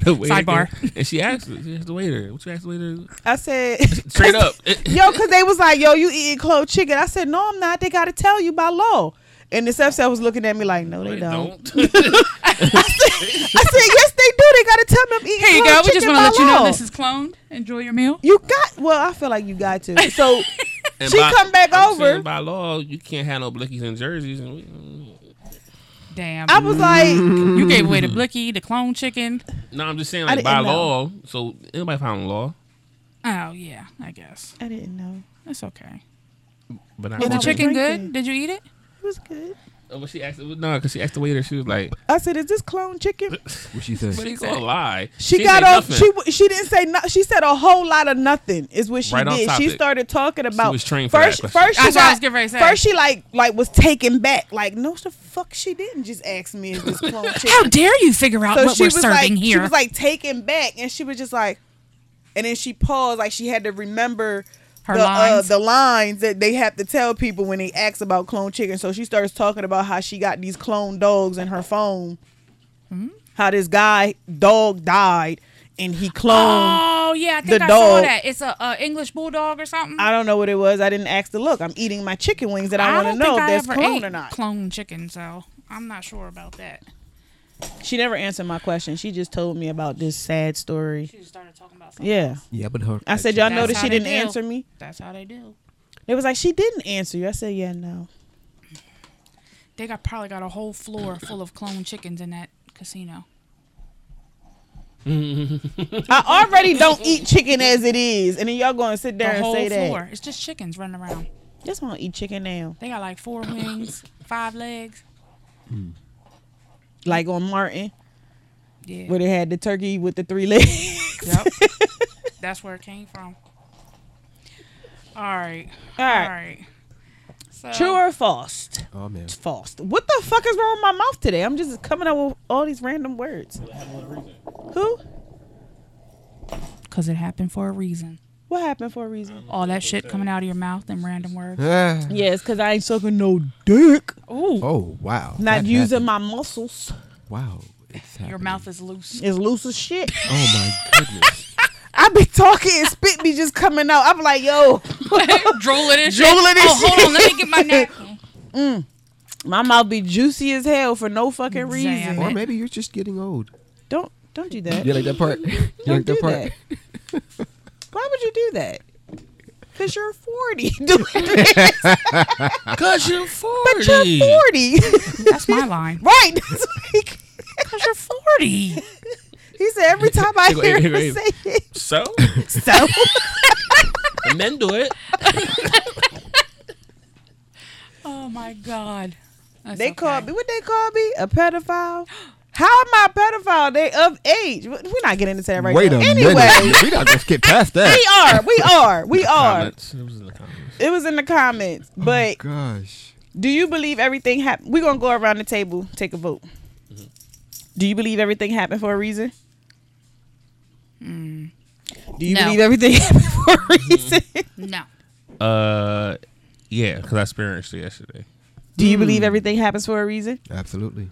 the waiter Sidebar. came- and she asked, she asked the waiter, what you asked the waiter? I said, (laughs) Straight up. yo, because they was like, yo, you eating clove chicken? I said, no, I'm not. They gotta tell you by law. And the chef was looking at me like, no, they Wait, don't. (laughs) don't. I said, yes, they do. They gotta tell me I'm eating. Here you go. clove We just chicken want to by let you know law." this is cloned. Enjoy your meal. You got well. I feel like you got to. (laughs) So And she come back I'm over. saying by law, you can't have no blickies and jerseys. And we, Damn. I was like, (laughs) you gave away the blicky, the clone chicken. no, I'm just saying, I like, by didn't know. law, so anybody found law. Oh yeah, I guess I didn't know. that's okay. But Well, I And Was I the was chicken drinking. good? Did you eat it? It was good. Oh, but she asked, no, because she asked the waiter, she was like, I said, "Is this clone chicken?" What she said? but he's going to lie. She, didn't got say off. nothing. She w- she didn't say no. She said a whole lot of nothing is what she Right on did. She topic. started talking about was trained for first. that question. first she That's what I got- was getting ready to say. First she like like was taken back. Like no, the fuck she didn't just ask me is (laughs) this clone How chicken. dare you figure out what she we're was serving like here? she was like taken back, and she was just like, and then she paused like she had to remember. Her the, Uh, lines. the lines that they have to tell people when they ask about clone chicken. So she starts talking about how she got these clone dogs in her phone. Hmm? How this guy dog died and he (gasps) cloned. oh yeah, I think the I saw dog. that. It's a, uh English bulldog or something. I don't know what it was. I didn't ask to look. I'm eating my chicken wings and I, want to don't know think if I that's ever clone ate or not. Clone chicken, so I'm not sure about that. She never answered my question. She just told me about this sad story. She started talking about something. Yeah. Yeah, but her. I said, y'all know That's that how she they didn't do. answer me? That's how they do. They was like, she didn't answer you. I said, yeah, no. They got probably got a whole floor full of clone chickens in that casino. I already don't eat chicken as it is. And then y'all going to sit The there and whole say floor. that. It's just chickens running around. Just want to eat chicken now. They got like four wings, five legs. Like on Martin, Yeah. where they had the turkey with the three (laughs) legs. (laughs) Yep. That's where it came from. All right. All right. All right. So, True or false? Oh man. False. What the fuck is wrong with my mouth today? I'm just coming out with all these random words. Who? Because it happened for a reason. What happened for a reason? All that shit coming out of your mouth and random words. Ah. Yes, cause I ain't sucking no dick. Ooh. Oh wow. Not That using happened. my muscles. Wow. It's happening. Your mouth is (laughs) loose. It's loose as shit. (laughs) Oh my goodness. I be talking and spit be just coming out. I'm like, yo, Drooling and shit. Drooling and oh, shit. hold on. Let me get my napkin. my mouth be juicy as hell for no fucking Damn reason. it. or maybe you're just getting old. Don't don't do that. You like that part? (laughs) You Don't like do that part? that. Why would you do that? Cause you're (laughs) 40. Doing this. Cause you're forty. (laughs) But you're 40. That's my line. (laughs) right. That's like, Because you're 40. (laughs) he said every time I Here go- hear here go him say Ava. it. (laughs) So So and then do (laughs) it. Oh, my God. That's they okay. called me. What they call me? A pedophile? How am I a pedophile? They of age. We're not getting into that right Wait now. a anyway, (laughs) minute. We not gonna skip past that. we are. We are. We are. Comments. It was in the comments. It was in the comments, but Gosh. Do you believe everything happened? We're gonna go around the table, take a vote. Do you believe everything happened for a reason? Do you No. believe everything (laughs) happened for a reason? No. Uh, yeah, because I experienced it (laughs) yesterday. Do you believe everything happens for a reason? Absolutely.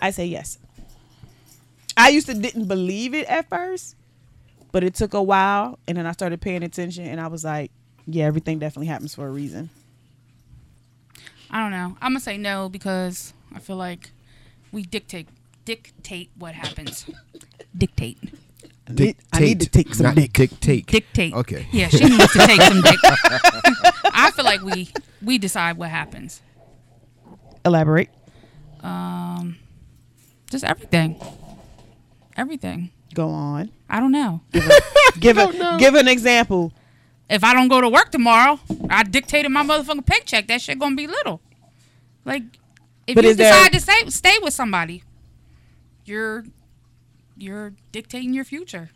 I say yes. I used to didn't believe it at first, but it took a while, and then I started paying attention, and I was like, yeah, everything definitely happens for a reason. I don't know. I'm gonna say no because I feel like we dictate dictate what happens. dictate. need- I need to take some not dick. Dictate. Dictate. Okay. Yeah, she needs to take some dick. (laughs) I feel like we we decide what happens. Elaborate. Um, just everything. Everything. Go on. I don't know. Give a, give an example. If I don't go to work tomorrow, I dictated my motherfucking paycheck. That shit gonna be little. Like, if But you is there- decide to stay stay with somebody, you're you're dictating your future.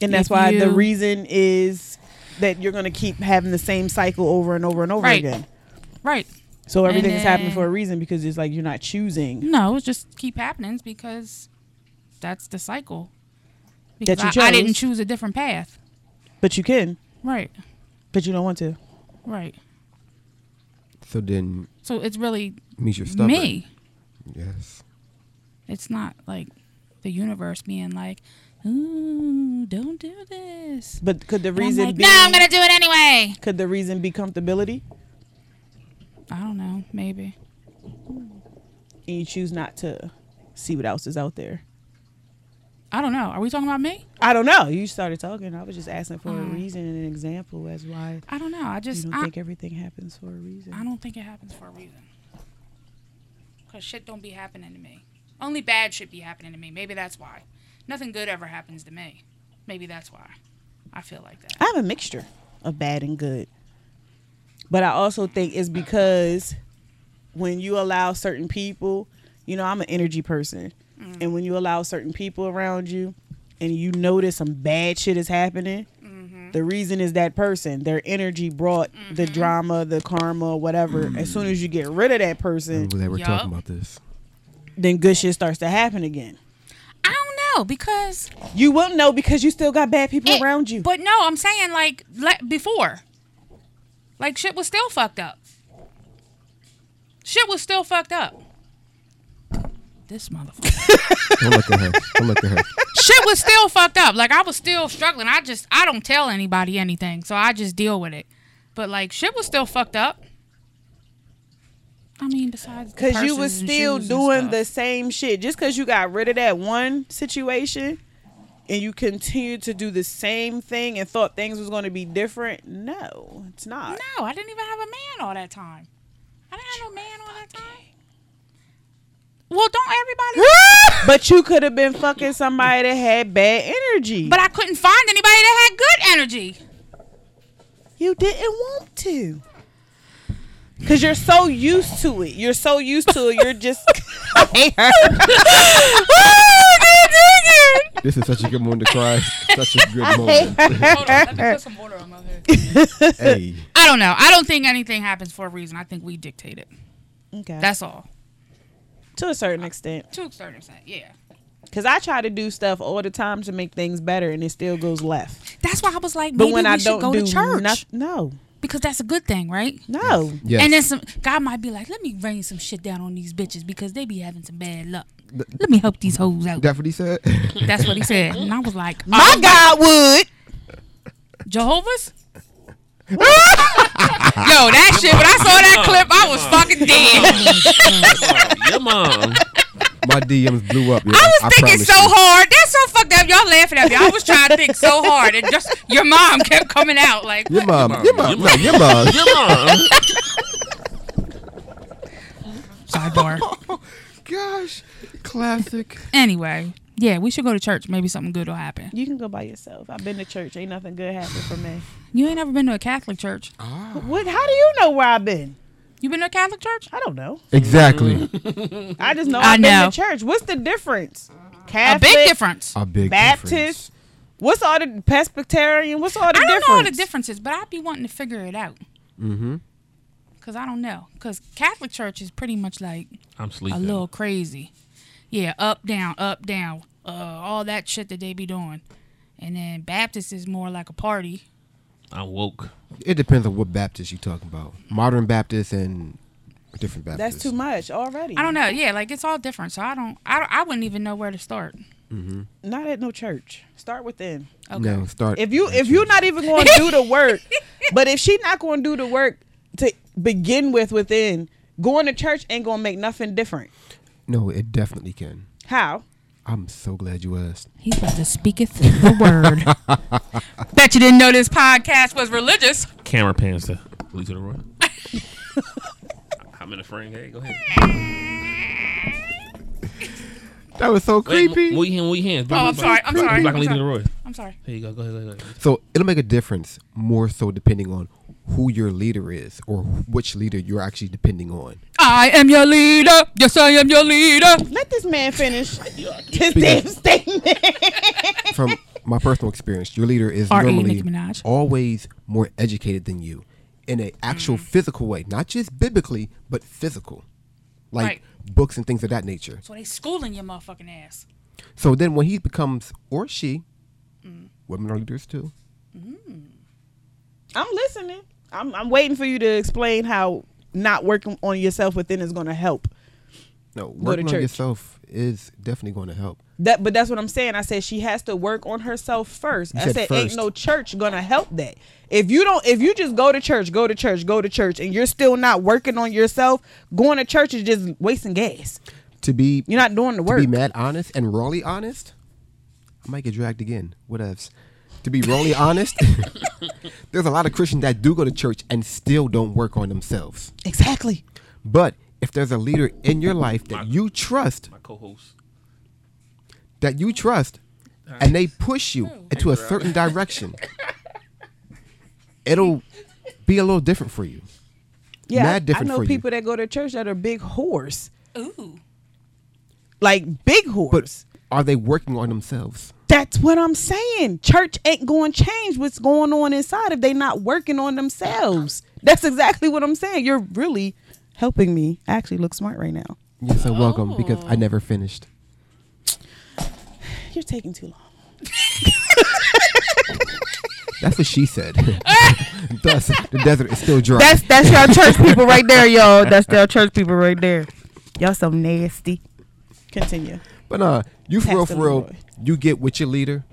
And that's If why the you- reason is that you're going to keep having the same cycle over and over and over Right. again. Right. So everything is happening then- for a reason because it's like you're not choosing. No, it just keep happening because that's the cycle. Because you I, I chose. didn't choose a different path. But you can, Right. but you don't want to. Right. So then So it's really means you're stubborn. me. Yes. It's not like the universe being like, "Ooh, don't do this." But could the And I'm reason like, be no, I'm gonna do it anyway. could the reason be comfortability? I don't know. Maybe. And you choose not to see what else is out there. I don't know. Are we talking about me? I don't know. You started talking. I was just asking for a Mm. reason and an example as why I don't know. I you just don't I, think everything happens for a reason. I don't think it happens for a reason. Cause shit don't be happening to me. Only bad shit be happening to me. Maybe that's why. Nothing good ever happens to me. Maybe that's why. I feel like that. I have a mixture of bad and good. But I also think it's because when you allow certain people, you know, I'm an energy person. And when you allow certain people around you and you notice some bad shit is happening, the reason is that person. Their energy brought the drama, the karma, whatever. As soon as you get rid of that person, I'm glad we're Yup. talking about this. then good shit starts to happen again. I don't know because You will know because you still got bad people it- around you. But no, I'm saying like le- before, like shit was still fucked up. Shit was still fucked up. This motherfucker. Don't look at her. Don't look at her. shit was still fucked up. Like I was still struggling. I just I don't tell anybody anything, so I just deal with it. But like shit was still fucked up. I mean, besides Cause you was still doing the same shit. Just cause you got rid of that one situation and you continued to do the same thing and thought things was gonna be different. No, it's not. No, I didn't even have a man all that time. I didn't have no man all that time. Well, don't everybody? But you could have been fucking somebody that had bad energy. (laughs) But I couldn't find anybody that had good energy. you didn't want to. Cause you're so used to it. You're so used to it. You're (laughs) just. I hate her. This is such a good moment to cry. (laughs) Such a good moment. Hold on, let me put some water on my head. Hey, I don't know. I don't think anything happens for a reason. I think we dictate it. okay. That's That's all. to a certain extent. To a certain extent, yeah. Cause I try to do stuff all the time to make things better, and it still goes left. That's why I was like, But maybe when we I should don't go do to church noth- no, because that's a good thing, right? no. yes. And then some God might be like, let me rain some shit down on these bitches because they be having some bad luck. Let me help these hoes out. That's what he said. (laughs) That's what he said, and I was like, oh, My God would. (laughs) Jehovah's? Yo, that shit. When I saw that clip, I was fucking dead. Your mom. My DMs blew up. yo. I was thinking promise so you. hard. That's so fucked up. Y'all laughing at me. I was trying to think so hard, and just your mom kept coming out like, Your mom, mom, your mom, your no, your mom. (laughs) Your mom. sidebar. Gosh, classic. Anyway, yeah, we should go to church. Maybe something good will happen. You can go by yourself. I've been to church. Ain't nothing good happened for me. You ain't ever been to a Catholic church. What? How do you know where I've been? You been to a Catholic church? I don't know. Exactly. I just know I I've been know. to church. What's the difference? A Catholic, big difference. A big Baptist. What's all the Presbyterian? What's all the I don't difference? know all the differences, but I'd be wanting to figure it out. Mm-hmm. Cause I don't know. Cause Catholic church is pretty much like I'm a sleeping. little crazy. Yeah, up down, up down, uh, all that shit that they be doing. And then Baptist is more like a party. I woke. difference. It depends on what Baptist you're talking about. Modern Baptist and different Baptist. That's too much already. I don't know. Yeah, like it's all different. So I don't. I don't- I wouldn't even know where to start. Not at no church. Start within. Okay. No, start. If you if you're not even going to do the (laughs) work, but if she not going to do the work to begin with within, going to church ain't going to make nothing different. no, it definitely can. How? I'm so glad you asked. He's about to speaketh the word. Bet you didn't know this podcast was religious. Camera pans to Lisa Roy. I'm in a frame. Hey, go ahead. That was so creepy. Wait, mo- move your hand. Move your hands. Oh, I'm sorry. I'm sorry. Black I'm Lisa sorry. Roy. I'm sorry. Here you go. Go ahead. Go ahead. Go ahead. so it'll make a difference more so depending on who your leader is or which leader you're actually depending on. I am your leader. Yes, I am your leader. Let this man finish his damn statement. (laughs) From my personal experience, your leader is R.E. normally Nicki Minaj. always more educated than you in an actual Mm. physical way, not just biblically, but physical. Like books and things of that nature. So they schooling your motherfucking ass. So then when he becomes or she, Mm. women are leaders too. I'm listening. I'm I'm waiting for you to explain how not working on yourself within is going to help. No, working on church. yourself is definitely going to help. That, but that's what I'm saying. I said she has to work on herself first. I said said first. ain't no church gonna help that. If you don't, if you just go to church, go to church, go to church, and you're still not working on yourself, going to church is just wasting gas. To be You're not doing the to work. be mad honest and rawly honest, I might get dragged again. What else? To be rawly honest, (laughs) there's a lot of Christians that do go to church and still don't work on themselves. Exactly. But if there's a leader in your life that you trust, My co-host. that you trust, and they push you into a certain direction, it'll be a little different for you. Yeah, Mad I- I, different know for you. people that go to church that are big whores, Ooh. like big whores. But are they working on themselves? That's what I'm saying. Church ain't going to change what's going on inside if they not working on themselves. That's exactly what I'm saying. You're really helping me I actually look smart right now. Yes, so welcome because Oh. I never finished. You're taking too long. That's what she said. (laughs) Thus, the desert is still dry. That's that's y'all church people right there, y'all. That's y'all church people right there. Y'all so nasty. Continue. but nah, you for real, Pastor for real, Leroy. you get with your leader,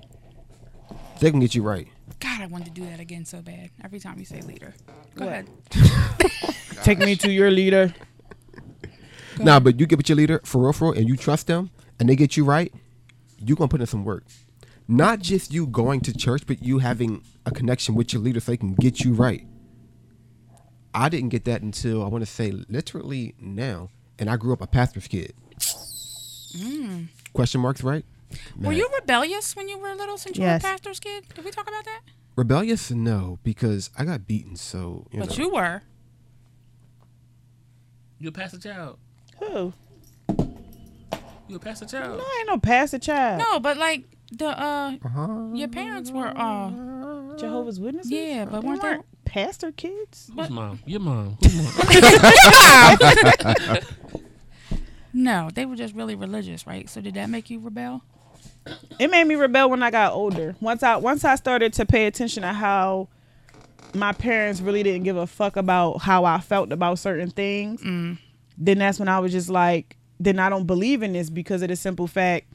they can get you right. God, I wanted to do that again so bad. Every time you say leader. Go What? ahead. Take me to your leader. Nah, but you get with your leader for real, for real, and you trust them, and they get you right. You gonna put in some work, not just you going to church, but you having a connection with your leader so they can get you right. I didn't get that until I want to say literally now, and I grew up a pastor's kid. Question marks, right? Were Man. you rebellious when you were little since you Yes. were a pastor's kid? Did we talk about that? Rebellious? No, because I got beaten. So you But know. you were. You're a pastor child. Who? You're a pastor child. No, I ain't no pastor child. No, but like the uh, your parents were uh, Jehovah's Witnesses. yeah, but They weren't they? weren't pastor kids? Who's mom? Your mom. Who's mom? No, they were just really religious, right? So did that make you rebel? It made me rebel when I got older. Once I once I started to pay attention to how my parents really didn't give a fuck about how I felt about certain things, then that's when I was just like, then I don't believe in this because of the simple fact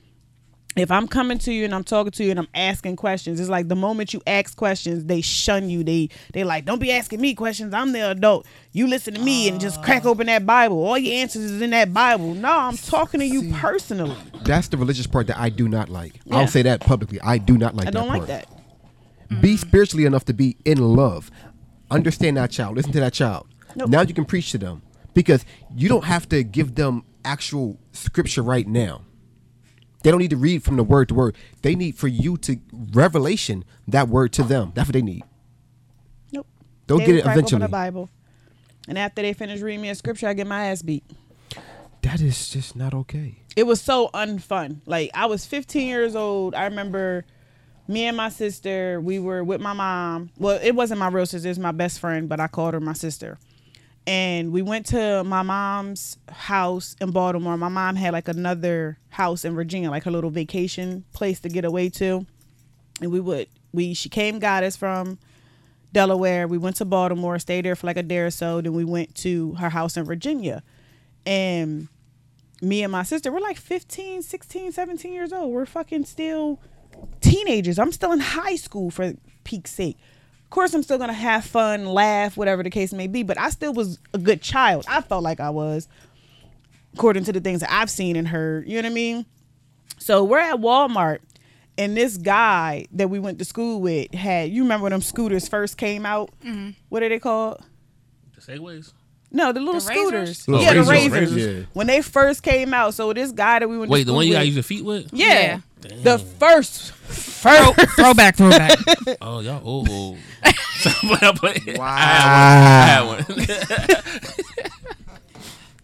if I'm coming to you and I'm talking to you and I'm asking questions, it's like the moment you ask questions, they shun you. They they like, don't be asking me questions. I'm the adult. You listen to me and just crack open that Bible. All your answers is in that Bible. No, I'm talking to you personally. That's the religious part that I do not like. Yeah. I'll say that publicly. I do not like I that don't like part. that. Mm-hmm. Be spiritually enough to be in love. Understand that child. Listen to that child. Nope. Now you can preach to them because you don't have to give them actual scripture right now. They don't need to read from the word to word. They need for you to revelation that word to them. That's what they need. Nope. They'll They get would it crack open eventually. the Bible, and after they finish reading me a scripture, I get my ass beat. That is just not okay. It was so unfun. Like I was 15 years old. I remember me and my sister. We were with my mom. Well, it wasn't my real sister. It's my best friend, but I called her my sister. And we went to my mom's house in Baltimore. My mom had like another house in Virginia, like her little vacation place to get away to. And we would we she came got us from Delaware. We went to Baltimore, stayed there for like a day or so. Then we went to her house in Virginia. And me and my sister, we're like 15, 16, 17 years old. We're fucking still teenagers. I'm still in high school for peak's sake. Of course, I'm still going to have fun, laugh, whatever the case may be. But I still was a good child. I felt like I was, according to the things that I've seen and heard. You know what I mean? So we're at Walmart, and this guy that we went to school with had you remember when them scooters first came out? What are they called? The Segways. No, the little The razors? scooters. Little yeah, the razors, razors. razors. Yeah. When they first came out, so this guy that we went. to Wait, the school one you with, gotta use your feet with? Yeah, Damn. the first, Throw, throwback, throwback. Oh, y'all old. old. Somebody I (laughs) played. Wow. I had one. I had one.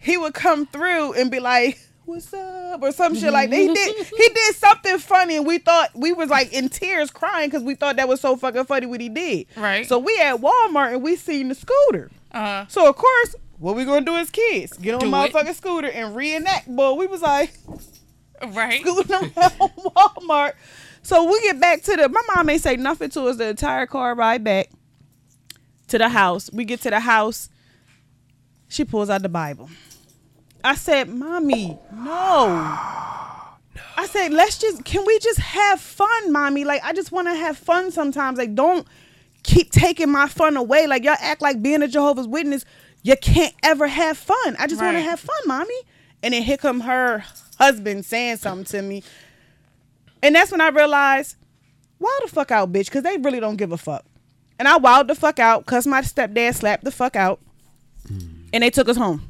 he would come through and be like, "What's up?" or some shit like that. He did. (laughs) He did something funny, and we thought we was like in tears, crying because we thought that was so fucking funny what he did. Right. So we at Walmart and we seen the scooter. (laughs) Uh, So of course, what we gonna do as kids? Get on Do a it. motherfucking scooter and reenact. But we was like. right. scooting around (laughs) Walmart. So we get back to the my mom ain't say nothing to us the entire car ride back to the house. We get to the house. She pulls out the Bible. I said, Mommy, no. I said, let's just can we just have fun, mommy? Like I just wanna have fun sometimes. Like don't keep taking my fun away. Like y'all act like being a Jehovah's Witness, you can't ever have fun. I just wanna Right. have fun, mommy. And then here come her husband saying something to me. And that's when I realized, why the fuck out, bitch, because they really don't give a fuck. And I wowed the fuck out, cause my stepdad slapped the fuck out. And they took us home.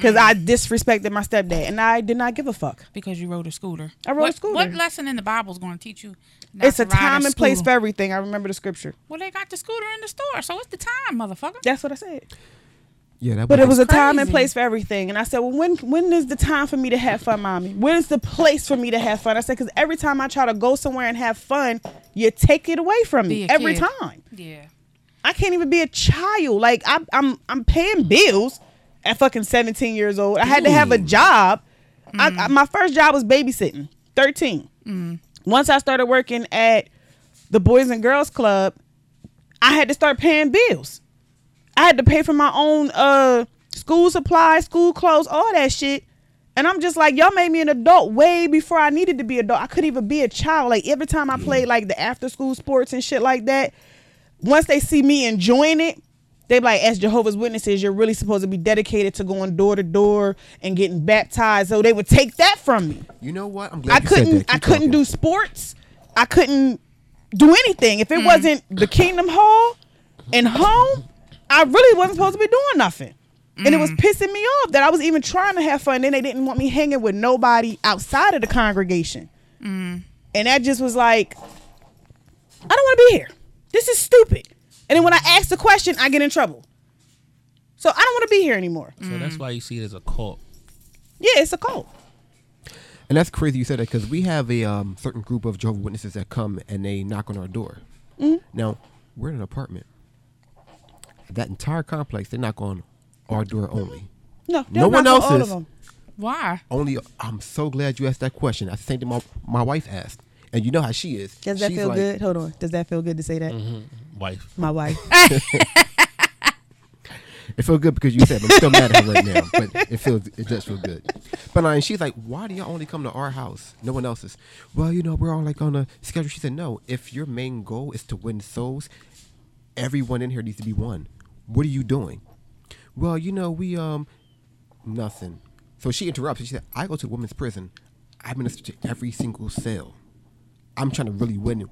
Cause I Mm-hmm. disrespected my stepdad and I did not give a fuck. Because you rode a scooter. I rode a what, scooter. What lesson in the Bible is going to teach you? not it's to a ride time and place for scooter? everything. I remember the scripture. Well, they got the scooter in the store, so it's the time, motherfucker. That's what I said. Yeah, that But it was a time and crazy. place for everything. And I said, well, when when is the time for me to have fun, mommy? When's the place for me to have fun? I said, because every time I try to go somewhere and have fun, you take it away from Be me a every kid. time. Yeah. I can't even be a child. Like I, I'm, I'm paying bills at fucking 17 years old. I had to have a job. I, I- my first job was babysitting. 13. Once I started working at the Boys and Girls Club, I had to start paying bills. I had to pay for my own uh school supplies, school clothes, all that shit. And I'm just like, y'all made me an adult way before I needed to be adult. I couldn't even be a child. Like every time I played like the after school sports and shit like that, once they see me enjoying it, they be like, as Jehovah's Witnesses, you're really supposed to be dedicated to going door to door and getting baptized. So they would take that from me. You know what? I'm I glad you said that. couldn't. Keep I couldn't talking. do sports. I couldn't do anything if it wasn't the Kingdom Hall and home. I really wasn't supposed to be doing nothing, and it was pissing me off that I was even trying to have fun. Then they didn't want me hanging with nobody outside of the congregation, Mm. and that just was like, I don't want to be here. This is stupid. And then when I ask the question, I get in trouble. So I don't want to be here anymore. So that's why you see it as a cult. Yeah, it's a cult. And that's crazy you said that because we have a um, certain group of Jehovah Witnesses that come and they knock on our door. Mm-hmm. Now we're in an apartment. That entire complex, they knock on our door only. No, No they'll one knock on else all is. of them. Why? Only I'm so glad you asked that question. That's the same thing my, my wife asked, and you know how she is. Does that She's feel like- good? Hold on. Does that feel good to say that? Wife. My wife. It feels good because you said, but I'm still mad at her right now. But it feels, it does feel good. But like, she's like, why do y'all only come to our house? No one else's. Well, you know, we're all like on a schedule. She said, no. If your main goal is to win souls, everyone in here needs to be one. What are you doing? Well, you know, we um, nothing. So she interrupts and she said, I go to women's prison. I minister to every single cell. I'm trying to really win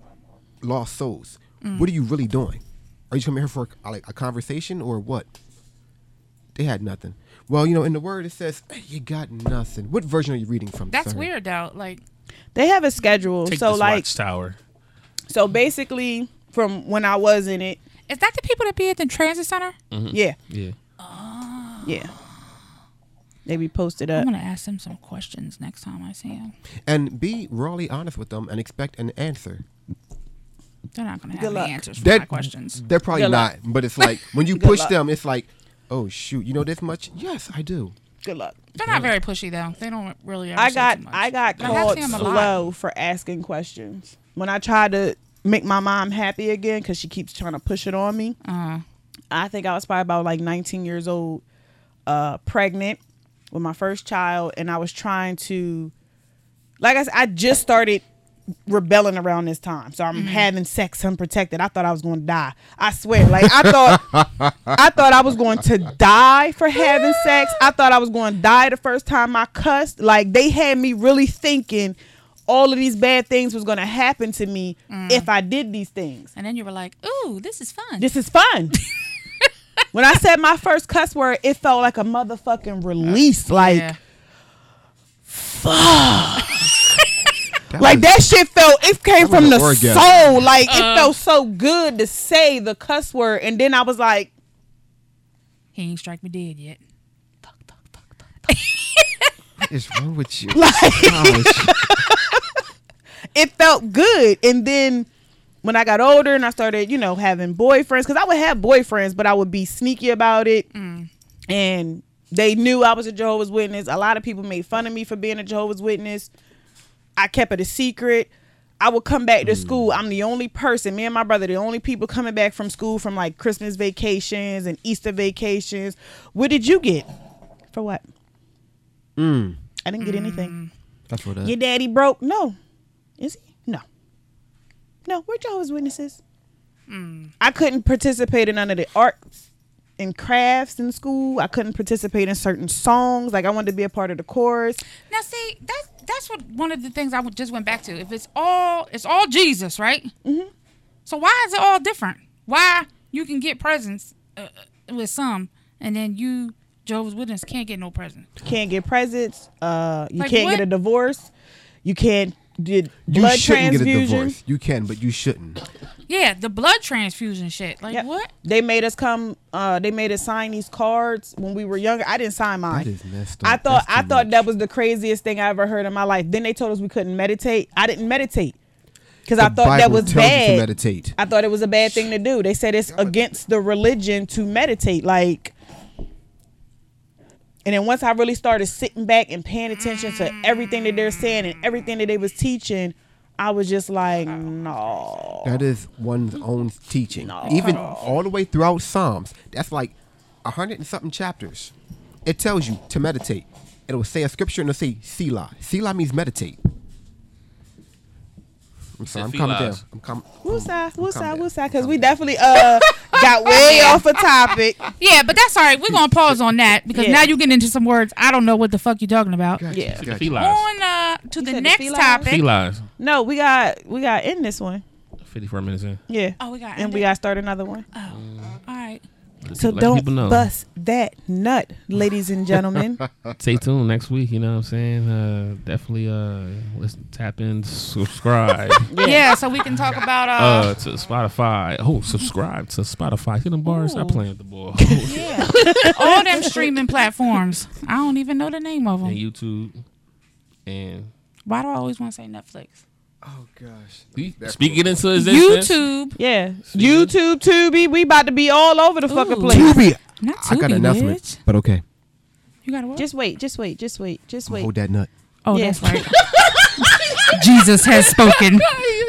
lost souls. Mm. What are you really doing? Are you coming here for uh, like a conversation or what? They had nothing. Well, you know, in the word it says you got nothing. What version are you reading from? That's Sorry. weird though. Like they have a schedule. Take so this like watchtower. so basically from when I was in it, is that the people that be at the transit center? yeah, Yeah. yeah. They be posted I'm up. gonna ask them some questions next time I see them. And be rawly honest with them and expect an answer. They're not gonna have Good any luck. answers for That- my questions. They're probably Good not, luck. (laughs) but it's like when you Good push luck. them, it's like, oh shoot, you know this much? Yes, I do. Good luck. They're not very pushy though. They don't really. Ever I say got too much. I got But have called seen 'em a lot. slow for asking questions. When I tried to make my mom happy again because she keeps trying to push it on me, Uh, I think I was probably about like 19 years old, uh, pregnant with my first child, and I was trying to, like I said, I just started rebelling around this time, so Mm-hmm. I'm having sex unprotected. I thought I was going to die. I swear, like I thought, I thought I was going to die for having sex. I thought I was going to die the first time I cussed. Like they had me really thinking. All of these bad things was gonna happen to me Mm. if I did these things and then you were like, "Ooh, this is fun." this is (laughs) fun. when I said my first cuss word, it felt like a motherfucking release. Like, yeah. That like was- that shit felt. It came was from an the orgasm. soul. Like Uh. it felt so good to say the cuss word, and then I was like, He ain't strike me dead yet. Fuck, fuck, fuck, fuck. What is wrong with (laughs) you? Gosh. it felt good. And then when I got older and I started, you know, having boyfriends, because I would have boyfriends, but I would be sneaky about it. And they knew I was a Jehovah's Witness. A lot of people made fun of me for being a Jehovah's Witness. I kept it a secret. I would come back to school. I'm the only person, me and my brother, the only people coming back from school from like Christmas vacations and Easter vacations. What did you get? For what? I didn't get anything. That's what. I, Your daddy broke? No. Is he? No. No, we're Jehovah's Witnesses. Hmm. I couldn't participate in none of the arts and crafts in school. I couldn't participate in certain songs. Like I wanted to be a part of the chorus. Now see, that's that's what one of the things I would- just went back to. If it's all it's all Jesus, right? Mm-hmm. So why is it all different? Why you can get presents uh, with some, and then you Jehovah's Witness can't get no present? Can't get presents. Uh, you Like can't what? get a divorce. You can't get you blood shouldn't get a transfusion. divorce. You can, but you shouldn't. Yeah, the blood transfusion shit. Like Yep. what? They made us come. Uh, they made us sign these cards when we were younger. I didn't sign mine. That is messed I up. thought That's I too thought much. that was the craziest thing I ever heard in my life. Then they told us we couldn't meditate. I didn't meditate because I The thought that Bible was tells bad. You to meditate. I thought it was a bad thing to do. They said it's against the religion to meditate. Like, and then once I really started sitting back and paying attention to everything that they're saying and everything that they was teaching, I was just like, no. That is one's own teaching. Even all the way throughout Psalms, that's like a hundred and something chapters. It tells you to meditate. It'll say a scripture and it'll say Selah. Selah means meditate. I'm sorry, I'm Said calming down. felines. I'm calm. Woosah, woosah, down. woosah, because we definitely uh got (laughs) way off a topic. Yeah, but that's all right. We're gonna pause on that because Yeah. now you're getting into some words I don't know what the fuck you're talking about. Gotcha, Yeah. gotcha. Fee lies. On uh, to the said the next felines? topic. Fee lies. No, we got we got in this one. 54 minutes in. Yeah. Oh, we got and end we it? Uh, got to start another one. All right. So Let don't people know. bust that nut, ladies and (laughs) gentlemen. Stay tuned next week. You know what I'm saying? Uh, definitely uh, let's tap in, subscribe (laughs) Yeah. so we (laughs) can talk about uh, uh, to Spotify. Oh, subscribe to Spotify. Hit them bars. Stop playing with (laughs) the ball. Uh, all them streaming platforms. I don't even know the name of them. (laughs) and YouTube. And Why do I always want to say Netflix? Oh gosh. speaking into existence. YouTube. (laughs) yeah, YouTube, Tubi, we about to be all over the fucking Ooh. place. Not I Tubi, got an announcement, bitch. but okay. You got to what? Just wait, just wait, just wait, just wait. Hold that nut. oh, Yeah. (laughs) that's right. Jesus has spoken.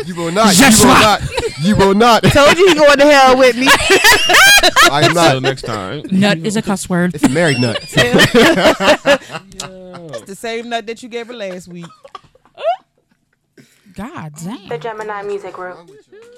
You will not. Joshua. You will not. You will not. Told you he going to hell with me. I am Till not. next time. (laughs) Nut is a cuss word. It's a married nut. (laughs) (laughs) Oh. It's the same nut that you gave her last week. God damn. The Gemini Music Group.